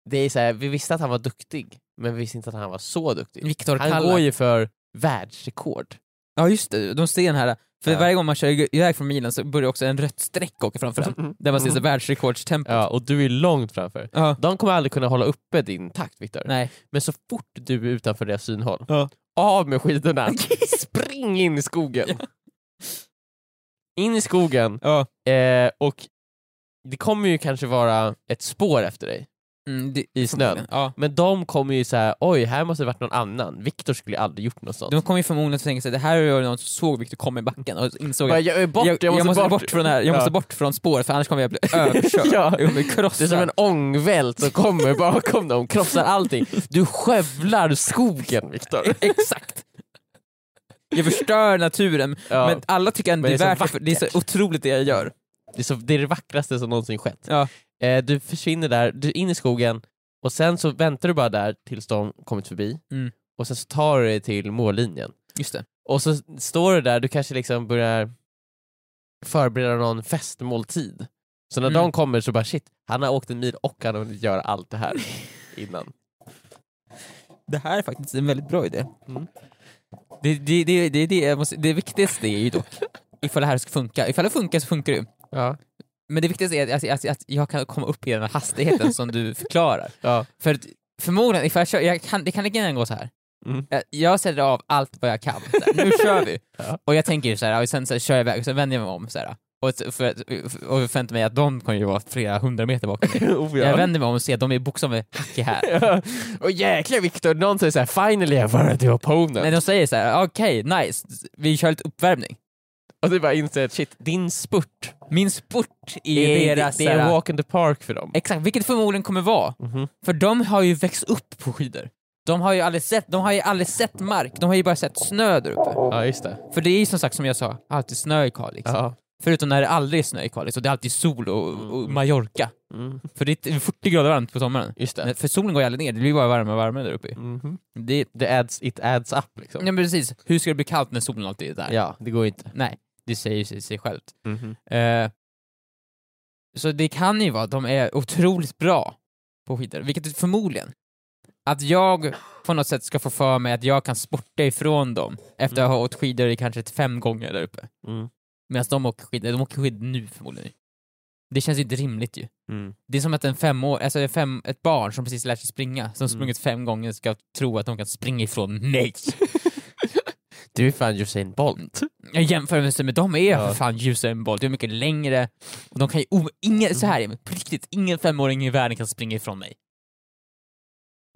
S2: Det är så här, vi visste att han var duktig, men vi visste inte att han var så duktig.
S3: Viktor
S2: Han
S3: Kallak.
S2: går ju för världsrekord.
S3: Ja just det, de ser den här, för
S2: Ja.
S3: varje gång man kör iväg från milen så börjar också en rött streck åka framför en. Där man ser så världsrekordstempo.
S2: Ja, och du är långt framför.
S3: Ja.
S2: De kommer aldrig kunna hålla uppe din takt Viktor.
S3: Nej.
S2: Men så fort du är utanför deras synhåll,
S3: Ja.
S2: av med
S3: *laughs*
S2: skidorna, spring in i skogen. In i skogen,
S3: Ja.
S2: eh, och det kommer ju kanske vara ett spår efter dig.
S3: Mm, det,
S2: i snön.
S3: Ja.
S2: Men de kommer ju så här: oj, här måste det varit någon annan. Viktor skulle ju aldrig gjort något sånt.
S3: De kommer ju förmodligen att tänka sig det här var någon som såg Viktor komma i backen och insåg
S2: Bara,
S3: att
S2: jag är bort,
S3: jag, jag måste bort från det här, jag
S2: Ja.
S3: måste bort från spåret för annars kommer jag bli
S2: *laughs*
S3: överkörd.
S2: Ja.
S3: Jag kommer bli
S2: Det är som
S3: krossad.
S2: en ångvält som kommer bakom dem, krossar allting. Du skövlar skogen Viktor.
S3: E- Exakt. Jag förstör naturen,
S2: Ja.
S3: men alla tycker ändå
S2: Men
S3: det
S2: det är så
S3: är värt det, för det är så otroligt det jag gör.
S2: Det, är så, det är det vackraste som någonsin skett.
S3: Ja.
S2: Eh, du försvinner där, du är in i skogen och sen så väntar du bara där tills de kommit förbi
S3: Mm.
S2: och sen så tar du dig till mållinjen.
S3: Just det.
S2: Och så står du där, du kanske liksom börjar förbereda någon festmåltid. Så när
S3: Mm.
S2: de kommer så bara shit, han har åkt en mil och han har hunnit göra allt det
S3: *laughs*
S2: här innan.
S3: Det här är faktiskt en väldigt bra idé.
S2: Mm.
S3: Det, det, det, det, det, jag måste, det viktigaste är ju dock ifall det här ska funka. Ifall det funkar så funkar det ju.
S2: Ja.
S3: Men det viktigaste är att, att, att, att jag kan komma upp i den här hastigheten som du förklarar.
S2: Ja.
S3: För att förmodligen, ifall jag kör, jag kan, det kan lika gärna gå så här.
S2: Mm.
S3: Jag, Eh, jag sätter av allt vad jag kan. Så här, nu kör vi!
S2: *laughs* Ja.
S3: Och jag tänker ju så här, och sen så här, kör jag iväg och sen vänder jag mig om. Så här, och, så- för, att- och förväntar mig att de kommer ju vara flera hundra
S2: *laughs*
S3: meter bakom mig.
S2: oh,
S3: Jag vänder mig om och ser att de är bokstavligt hack i här.
S2: och jäklar Viktor, någon säger såhär “Finally I've heard the opponent”
S3: Men de säger så här: okej, nice, vi kör lite uppvärmning.
S2: och du bara inser att shit, din spurt
S3: Min sport är
S2: det är, eh,
S3: deras...
S2: det är
S3: så
S2: en
S3: här-
S2: walk in the park för dem.
S3: Exakt, vilket förmodligen kommer vara.
S2: Mhm.
S3: För de har ju växt upp på skidor. De har ju aldrig sett, de har ju aldrig sett mark, de har ju bara sett snö där uppe.
S2: Ja just det.
S3: För det är ju som sagt, som jag sa, alltid snö i Kalix.
S2: Ja.
S3: Förutom när det aldrig är snö i Kalix och det är alltid sol och, och Mallorca.
S2: Mm.
S3: För det är 40 grader varmt på sommaren.
S2: Just det.
S3: Men För solen går ju aldrig ner, det blir bara varmare och varmare där uppe.
S2: Mhm.
S3: Det, ja
S2: det adds, it adds up liksom.
S3: men precis, hur ska det bli kallt när solen alltid är där?
S2: Ja, det går inte.
S3: Nej, det säger sig, sig självt.
S2: Mhm.
S3: Eh, så det kan ju vara att de är otroligt bra på skidor, vilket är förmodligen att jag på något sätt ska få för mig att jag kan sporta ifrån dem efter att ha åkt skidor i kanske fem gånger där uppe.
S2: Mm.
S3: Medan de åker skidor, de åker skidor nu förmodligen. Det känns ju inte rimligt ju.
S2: Mm.
S3: Det är som att en femåring, alltså en fem, ett barn som precis lärt sig springa,
S2: Mm.
S3: som sprungit fem gånger, ska tro att de kan springa ifrån mig.
S2: Du är fan Usain Bolt.
S3: Jag jämför mig med dem är jag
S2: Ja.
S3: för fan ljusare än Bolt, jag är mycket längre, och de kan ju, o- ingen, så här är det, på riktigt, ingen femåring i världen kan springa ifrån mig.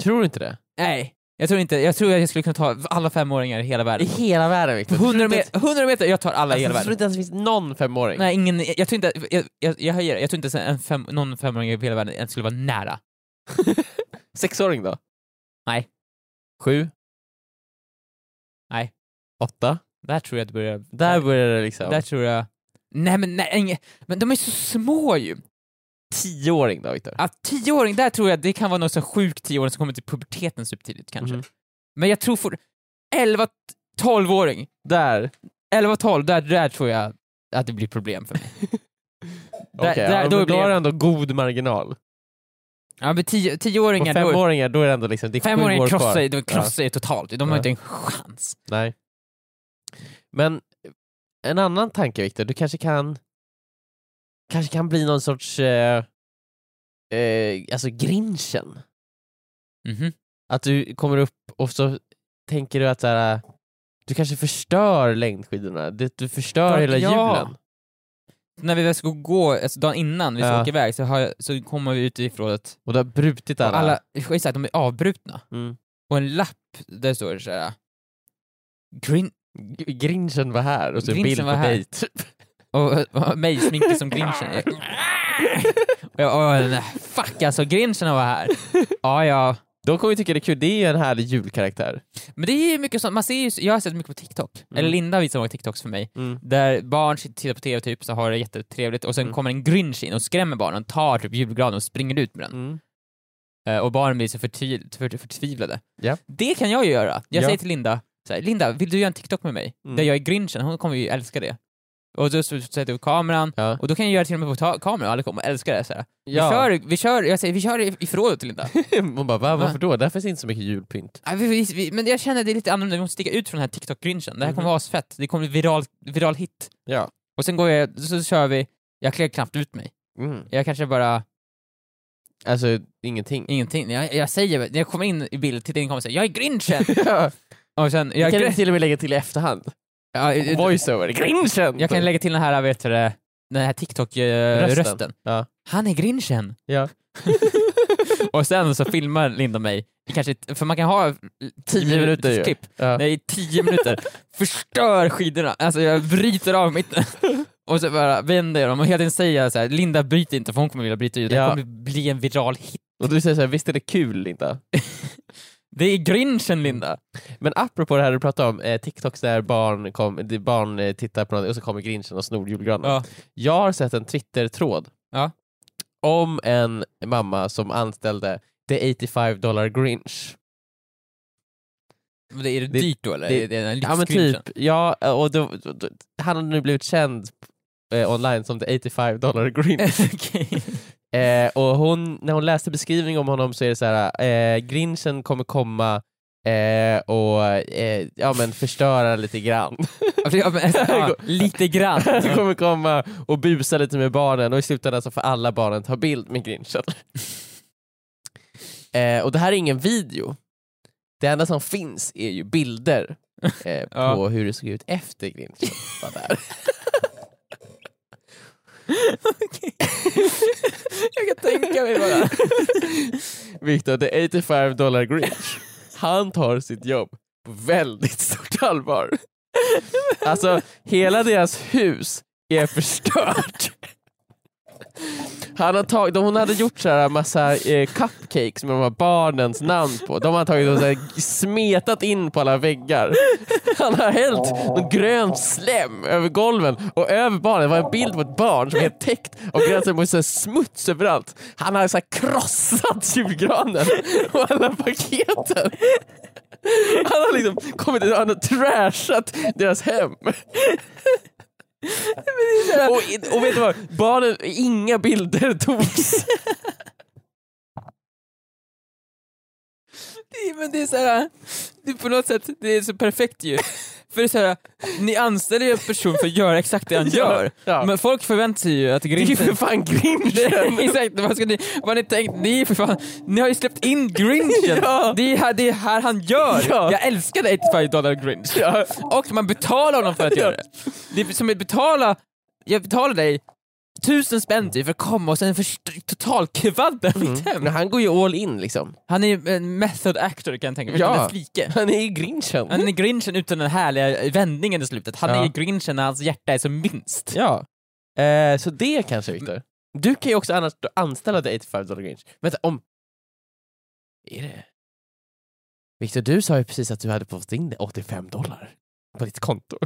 S2: Tror du inte det?
S3: Nej, jag tror inte, jag tror att jag skulle kunna ta alla femåringar i hela
S2: I *laughs*
S3: världen.
S2: hela världen Viktor.
S3: 100 meter, 100 meter, jag tar alla i
S2: Alltså,
S3: hela
S2: jag tror
S3: världen.
S2: inte ens det finns någon femåring.
S3: Nej, ingen, jag tror inte, jag, jag, jag höjer det, jag tror inte ens en fem, någon femåring i hela världen ens skulle vara nära.
S2: Sexåring då?
S3: Nej.
S2: Sju?
S3: Nej.
S2: Åtta?
S3: Där tror jag att det börjar,
S2: Där börjar det liksom.
S3: där tror jag, nej men nej, ingen, men de är så små ju.
S2: Tioåring då Viktor?
S3: Att tioåring, där tror jag det kan vara någon sån sjuk tioåring som kommer till puberteten supertidigt kanske.
S2: Mhm.
S3: Men jag tror för 11, 12-åring,
S2: Där?
S3: 11, 12, där, där tror jag att det blir problem för mig. där,
S2: Okej, ja,
S3: där,
S2: men
S3: då
S2: då,
S3: blir
S2: har du
S3: det,
S2: ändå god marginal.
S3: ja men tio,
S2: På
S3: tioåringar, då,
S2: femåringar då är det ändå liksom, det är sju
S3: femåringar
S2: år
S3: krossar
S2: kvar.
S3: ju de krossar ju totalt, de har
S2: Ja.
S3: inte en chans.
S2: Nej. Men en annan tanke Viktor, du kanske kan kanske kan bli någon sorts eh, eh, alltså grinchen.
S3: Mhm.
S2: Att du kommer upp och så tänker du att så här, du kanske förstör längdskidorna, du, du förstör
S3: Ja,
S2: hela
S3: ja.
S2: hjulen.
S3: När vi väl ska gå, alltså dagen innan vi ska
S2: Ja.
S3: åka iväg så, har jag, så kommer vi ut ifrån att
S2: Och du har brutit alla.
S3: alla, exakt, de är avbrutna.
S2: Mm.
S3: Och en lapp där står det såhär, Grin,
S2: G- Grinchen var här och så en
S3: Grinchen
S2: bild på
S3: var här.
S2: dig. *laughs* typ.
S3: och, och mig sminkad som
S2: *laughs*
S3: grinchen. Jag- och jag, och, jag- nej, fuck alltså, grinchen var här. Ja, ja.
S2: De kommer ju tycka det är kul, det är ju en härlig julkaraktär.
S3: Men det är ju mycket sånt, man ser ju, jag har sett mycket på TikTok, eller Linda visar många TikToks för mig,
S2: Mm.
S3: där barn sitter- tittar på TV typ, så har det jättetrevligt och sen kommer en grinch in och skrämmer barnen, tar typ julgranen och springer ut med den.
S2: Mm.
S3: Eh, Och barnen blir så förtvi- för, förtvivlade.
S2: Ja.
S3: Det kan jag ju göra. Jag
S2: Ja.
S3: säger till Linda, så här, Linda vill du göra en TikTok med mig?
S2: Mm.
S3: Där jag är grinchen, hon kommer ju älska det. Och då så sätter jag upp kameran,
S2: Ja.
S3: och då kan jag göra till och med på ta- kameran och alla kommer älska det. Så här.
S2: Ja.
S3: Vi, kör, vi, kör, jag säger, vi kör i- i förrådet Linda.
S2: *laughs*
S3: *laughs*
S2: Man bara, va, varför då? Där finns inte så mycket julpynt.
S3: Ja, vi, vi, vi, men jag känner att det är lite annorlunda, vi måste sticka ut från den här TikTok-grinchen. Det här kommer vara asfett, det kommer bli viral, viral hit.
S2: Ja.
S3: Och sen går jag, så kör vi, jag klär knappt ut mig.
S2: Mm.
S3: Jag kanske bara,
S2: Alltså, ingenting.
S3: ingenting. Jag, jag säger, när jag kommer in i bild, tittar in kommer och säger *laughs* jag är grinchen!
S2: Ja.
S3: *laughs* och sen, jag,
S2: kan
S3: gr-
S2: du till och med lägga till i efterhand?
S3: ja, jag, jag,
S2: Eh, Voiceover. *laughs* Grinchen!
S3: kan lägga till den här, vet du, det, den här eh,
S2: Rösten.
S3: TikTok-rösten.
S2: Ja.
S3: Han är grinchen!
S2: Ja.
S3: *laughs* och sen så filmar Linda mig, i kanske, ett- för man kan ha
S2: Tio minuter ju.
S3: klipp.
S2: Ja.
S3: Nej, tio minuter. Förstör skidorna. Alltså jag bryter av mitten. *laughs* Och så bara vänder jag dem och hela tiden säger jag så här, Linda bryt inte för hon kommer vilja bryta ut. Det
S2: Ja.
S3: kommer bli en viral hit.
S2: Och du säger så här, visst är det kul Linda?
S3: Det är grinchen Linda.
S2: Men apropå det här du pratade om, eh, TikToks där barn, kom, det- barn eh, tittar på något och så kommer grinchen och snor julgranen.
S3: Ja.
S2: Jag har sett en Twitter-tråd
S3: Ja.
S2: om en mamma som anställde the 85 dollar grinch.
S3: Men det, är det,
S2: Det-
S3: dyrt då eller?
S2: det-
S3: är det en
S2: Ja men
S3: lyxgrinchen?
S2: typ, ja, och då, då, då, han har nu blivit känd eh, online som the 85 dollar
S3: *laughs*
S2: grinch.
S3: *laughs* Okej.
S2: Eh, och hon, när hon läste beskrivningen om honom så är det så här: eh, grinchen kommer komma eh, och eh, ja, men förstöra lite grann. *laughs*
S3: Ja, men, ja, "Alltså, lite grann. *laughs*
S2: Du kommer komma och busa lite med barnen och i slutändan så får alla barnen ta bild med grinchen. Eh, och det här är ingen video. Det enda som finns är ju
S3: *laughs*
S2: bilder eh, på
S3: Ja.
S2: hur det såg ut efter grinchen var där.
S3: *laughs* Jag kan tänka mig bara.
S2: *laughs* Victor, the 85 dollar grinch, han tar sitt jobb på väldigt stort allvar. Alltså, hela deras hus är förstört. Han har tagit, de- hon hade gjort så här massa eh, cupcakes med de här barnens namn på. De har tagit och så här g- smetat in på alla väggar. Han har hällt någon grön slem över golven och över barnen. Det var en bild på ett barn som är helt täckt av grön och så här smuts överallt. Han har så här krossat julgranen och alla paketen. Han har liksom kommit och han har trashat deras hem. Och, och vet du vad? Barnen, inga bilder togs.
S3: Nej, Men det är såhär, det är på något sätt, det är så perfekt ju. För det är såhär, ni anställer ju en person för att göra exakt det han gör.
S2: *laughs* Ja.
S3: Men folk förväntar sig ju att
S2: Det är ju *laughs*
S3: Grinchen...
S2: för fan Grinchen!
S3: *laughs* Exakt, vad ska ni, vad har ni tänkt? Ni är för fan, ni har ju släppt in Grinchen!
S2: *laughs* Ja.
S3: Det, är här, det är här han gör!
S2: Ja.
S3: Jag älskar 85 dollar
S2: *laughs*
S3: Grinch!
S2: Ja.
S3: Och man betalar honom för att göra det. Det är som att betala, jag betalar dig tusen spänn typ för att komma och sen först- totalkvadda mitt hem.
S2: Men han går ju all in liksom.
S3: Han är ju en method actor kan jag tänka mig,
S2: Ja.
S3: utan dess like.
S2: Han är ju Grinchen.
S3: Han är grinchen utan den härliga vändningen i slutet. Han
S2: Ja.
S3: är grinchen när hans hjärta är som minst.
S2: Ja. Eh, så det kanske Viktor. Du kan ju också annars då anställa The 85 Dollar Grinch. Vänta, om... Är det... Viktor, du sa ju precis att du hade fått in 85 dollar på ditt konto.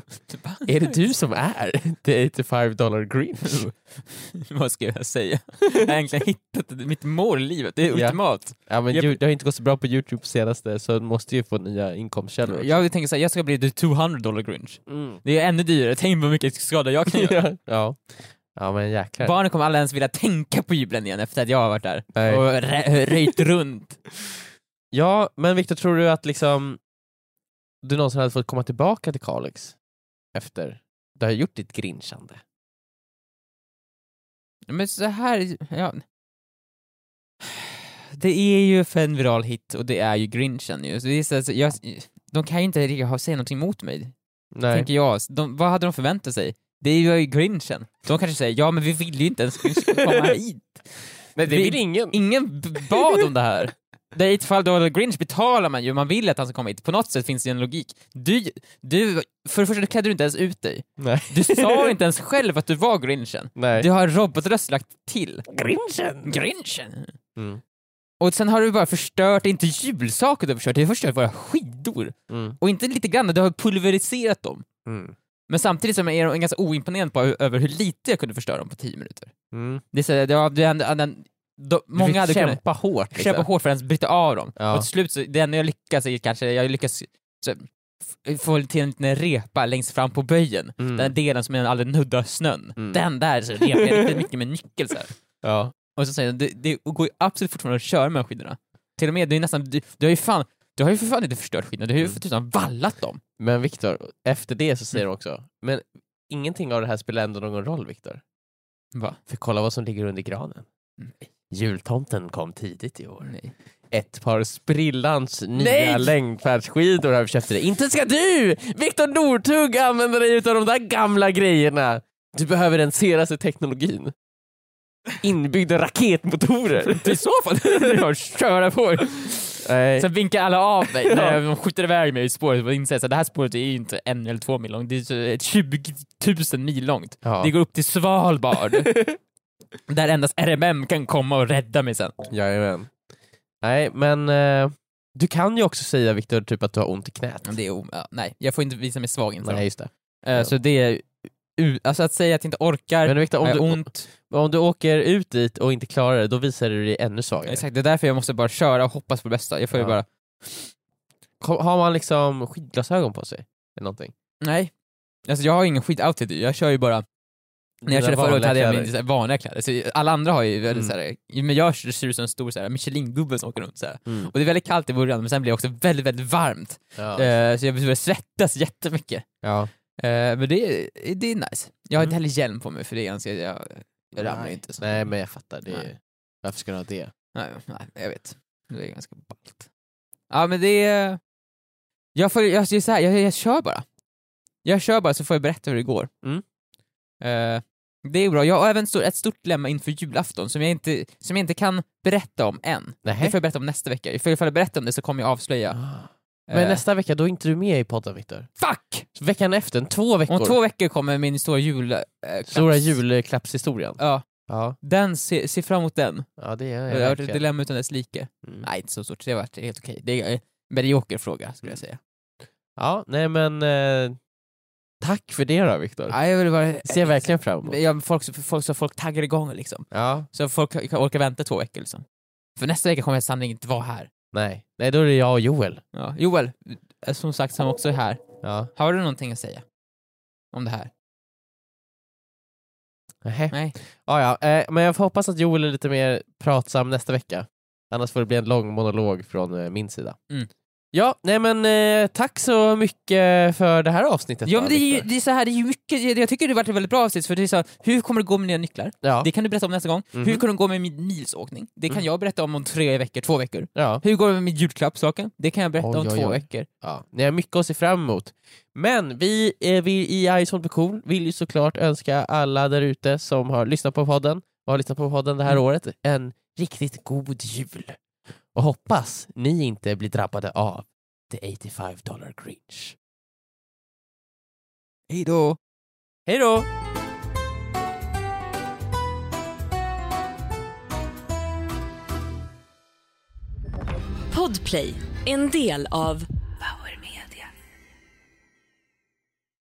S2: Är det du som är The 85 Dollar Grinch?
S3: *laughs* Vad ska jag säga? Jag har egentligen hittat mitt mål i livet, det är
S2: Ja.
S3: ultimat.
S2: *laughs* Ja, men
S3: Japp.
S2: ju- det har inte gått så bra på Youtube på senaste så du måste ju få nya inkomstkällor.
S3: Jag tänker såhär, jag ska bli the 200 dollar grinch.
S2: Mm.
S3: Det är ännu dyrare, tänk på hur mycket skada jag kan göra.
S2: *laughs* ja. ja. Ja men jäklar.
S3: Barnen kommer aldrig ens vilja tänka på jubilen igen efter att jag har varit där
S2: Nej.
S3: och rä- röjt runt.
S2: *laughs* Ja, men Viktor, tror du att liksom du någonsin hade fått komma tillbaka till Kalix efter du har gjort ditt grinchande?
S3: Men så här, ja. Det är ju för en viral hit och det är ju grinchen ju. Så det är så, så jag, de kan ju inte riktigt ha- säga någonting emot mig.
S2: Nej.
S3: tänker jag. De, vad hade de förväntat sig? Det är ju grinchen. De kanske säger ja men vi ville ju inte ens
S2: *laughs*
S3: grinchen komma hit.
S2: Nej,
S3: Vi-
S2: ingen.
S3: Ingen b- bad om det här. Det är i ett fall då Grinch betalar man ju, man vill att han ska komma hit. På något sätt finns det en logik. Du, du, för det första klädde du inte ens ut dig.
S2: Nej. *laughs*
S3: Du sa inte ens själv att du var grinchen.
S2: Nej.
S3: Du har en robotröst lagt till.
S2: Grinchen!
S3: Grinchen!
S2: Mm.
S3: Och sen har du bara förstört, inte julsaker du har förstört, du har förstört våra skidor.
S2: Mm.
S3: Och inte lite grann, du har pulveriserat dem.
S2: Mm.
S3: Men samtidigt så är de ganska oimponerad på hur- över hur lite jag kunde förstöra dem på 10 minuter.
S2: Mm.
S3: Det är så, här, det var, det, hade- hade- de,
S2: Du
S3: många
S2: fick
S3: hade kunnat
S2: kämpa hårt. Liksom.
S3: kämpa hårt för att ens bryta av dem.
S2: Ja.
S3: Och till slut, så, det enda jag lyckas är kanske, jag lyckas så, f- få till en liten repa längst fram på böjen.
S2: Mm.
S3: Den delen som jag aldrig nuddar snön.
S2: Mm.
S3: Den där så repar
S2: *laughs*
S3: jag riktigt mycket med nyckel så här.
S2: Ja.
S3: Och så säger jag, det, det går ju absolut fortfarande att köra med de skidorna. Till och med, det är nästan, du, du har ju fan, du har ju för fan inte förstört skidorna, du har ju
S2: Mm.
S3: för tusan vallat dem.
S2: Men Viktor, efter det så säger de också, men ingenting av det här spelar ändå någon roll Viktor.
S3: Va?
S2: För kolla vad som ligger under granen. Jultomten kom tidigt i år.
S3: Nej.
S2: ett par sprillans nya
S3: Nej!
S2: längdfärdsskidor har vi köpt till dig. Inte ska du, Viktor Nortug, använda dig utav de där gamla grejerna. Du behöver den senaste teknologin. inbyggda raketmotorer.
S3: *laughs* I så fall, *laughs* jag köra på.
S2: Nej.
S3: Sen vinkar alla av *laughs* mig när de skjuter iväg mig i spåret och inser att det här spåret är ju inte en eller två mil långt, det är så- ett 20 000 mil långt.
S2: Ja.
S3: Det går upp till *laughs* Svalbard. där endast RMM kan komma och rädda mig sen.
S2: *laughs* Jajamän. Nej, men eh, du kan ju också säga Viktor typ att du har ont i knät.
S3: Det är om- ja, nej, jag får Mm, inte visa mig svag inför
S2: Nej, just det.
S3: dem. Eh, Så det är... u- Alltså att säga att jag inte orkar,
S2: Men Viktor, om,
S3: har
S2: du-
S3: jag ont.
S2: om du åker ut dit och inte klarar det, då visar du dig ännu svagare.
S3: Exakt, det är därför jag måste bara köra och hoppas på det bästa. Jag får
S2: Ja.
S3: ju bara...
S2: Kom- Har man liksom skidglasögon på sig? Eller någonting?
S3: Nej. Alltså jag har ingen skitoutfit i, jag kör ju bara När
S2: Dina
S3: jag körde förra året hade jag
S2: vanliga
S3: min så här, vanliga kläder, så alla andra har ju väldigt
S2: Mm.
S3: mm. såhär, men jag ser ut som en stor såhär, Michelin-gubbe som åker runt såhär.
S2: Mm.
S3: Och det är väldigt kallt i början men sen blir det också väldigt, väldigt varmt.
S2: Ja.
S3: Eh, så jag började svettas jättemycket.
S2: ja.
S3: Eh, men det, är- det är nice. Jag har inte
S2: Mm.
S3: heller hjälm på mig för det är ganska, jag, jag ramlar ju
S2: Nej.
S3: inte. Så.
S2: Nej, men jag fattar. Det är...
S3: Nej.
S2: Varför ska du ha det?
S3: Nej, nej, jag vet. Det är ganska ballt. Ja men det är... Jag, får, jag, jag, så här, jag, jag kör bara. Jag kör bara så får jag berätta hur det går.
S2: Mm.
S3: Eh, det är bra. Jag har även stor, ett stort dilemma inför julafton som jag inte, som jag inte kan berätta om än. Det
S2: Nej.
S3: får jag berätta om nästa vecka. Ifall ifall jag berättar om det så kommer jag avslöja.
S2: Men
S3: Eh,
S2: nästa vecka, då är inte du med i podden Viktor.
S3: Fuck!
S2: Så Veckan efter, två veckor,
S3: Om två veckor kommer min stora jul... eh, klaps.
S2: stora julklappshistorien.
S3: Ja,
S2: Ja,
S3: den, se, se fram emot den.
S2: ja det är
S3: Jag har
S2: jag
S3: varit ett
S2: verkligen.
S3: dilemma utan dess like.
S2: Mm.
S3: Nej, inte så stort. Det har varit helt okej. Det är en medioker fråga skulle jag säga.
S2: Ja, nej men... Eh, tack för det då Viktor.
S3: Ja, jag vill bara...
S2: Mm. Ser verkligen fram emot.
S3: Ja, men folk, folk, så folk taggar igång liksom.
S2: Ja,
S3: Så folk kan orkar vänta två veckor liksom. För nästa vecka kommer jag sannolikt inte vara här.
S2: nej. Nej, då är det jag och Joel.
S3: Ja. Joel, eh, som sagt, som också är här.
S2: Ja.
S3: Har du någonting att säga? Om det här?
S2: Nähä.
S3: Nej.
S2: Ja, ja. Eh, men jag får hoppas att Joel är lite mer pratsam nästa vecka. Annars får det bli en lång monolog från eh, min sida.
S3: Mm.
S2: Ja, nej men eh, tack så mycket för det här avsnittet.
S3: Ja
S2: då,
S3: men det är ju
S2: Viktor.
S3: det är så här, det är ju mycket, jag tycker det har varit ett väldigt bra avsnitt för det är så här, hur kommer det gå med nya nycklar?
S2: Ja.
S3: Det kan du berätta om nästa gång.
S2: Mhm.
S3: Hur kommer det gå med min milsåkning? Det kan
S2: Mm.
S3: jag berätta om om tre veckor, två veckor.
S2: ja.
S3: Hur går det med julklappssaken? Det kan jag berätta
S2: Oj,
S3: om
S2: oj,
S3: två
S2: oj.
S3: veckor.
S2: Ja, ni har mycket att se fram emot. Men vi, eh, vi i Ice on cool vill ju såklart önska alla där ute som har lyssnat på podden och har lyssnat på podden det här
S3: Mm.
S2: året en riktigt god jul. Och hoppas ni inte blir drabbade av the 85 dollar grinch.
S3: Hejdå!
S2: Hej då!
S4: Podplay, en del av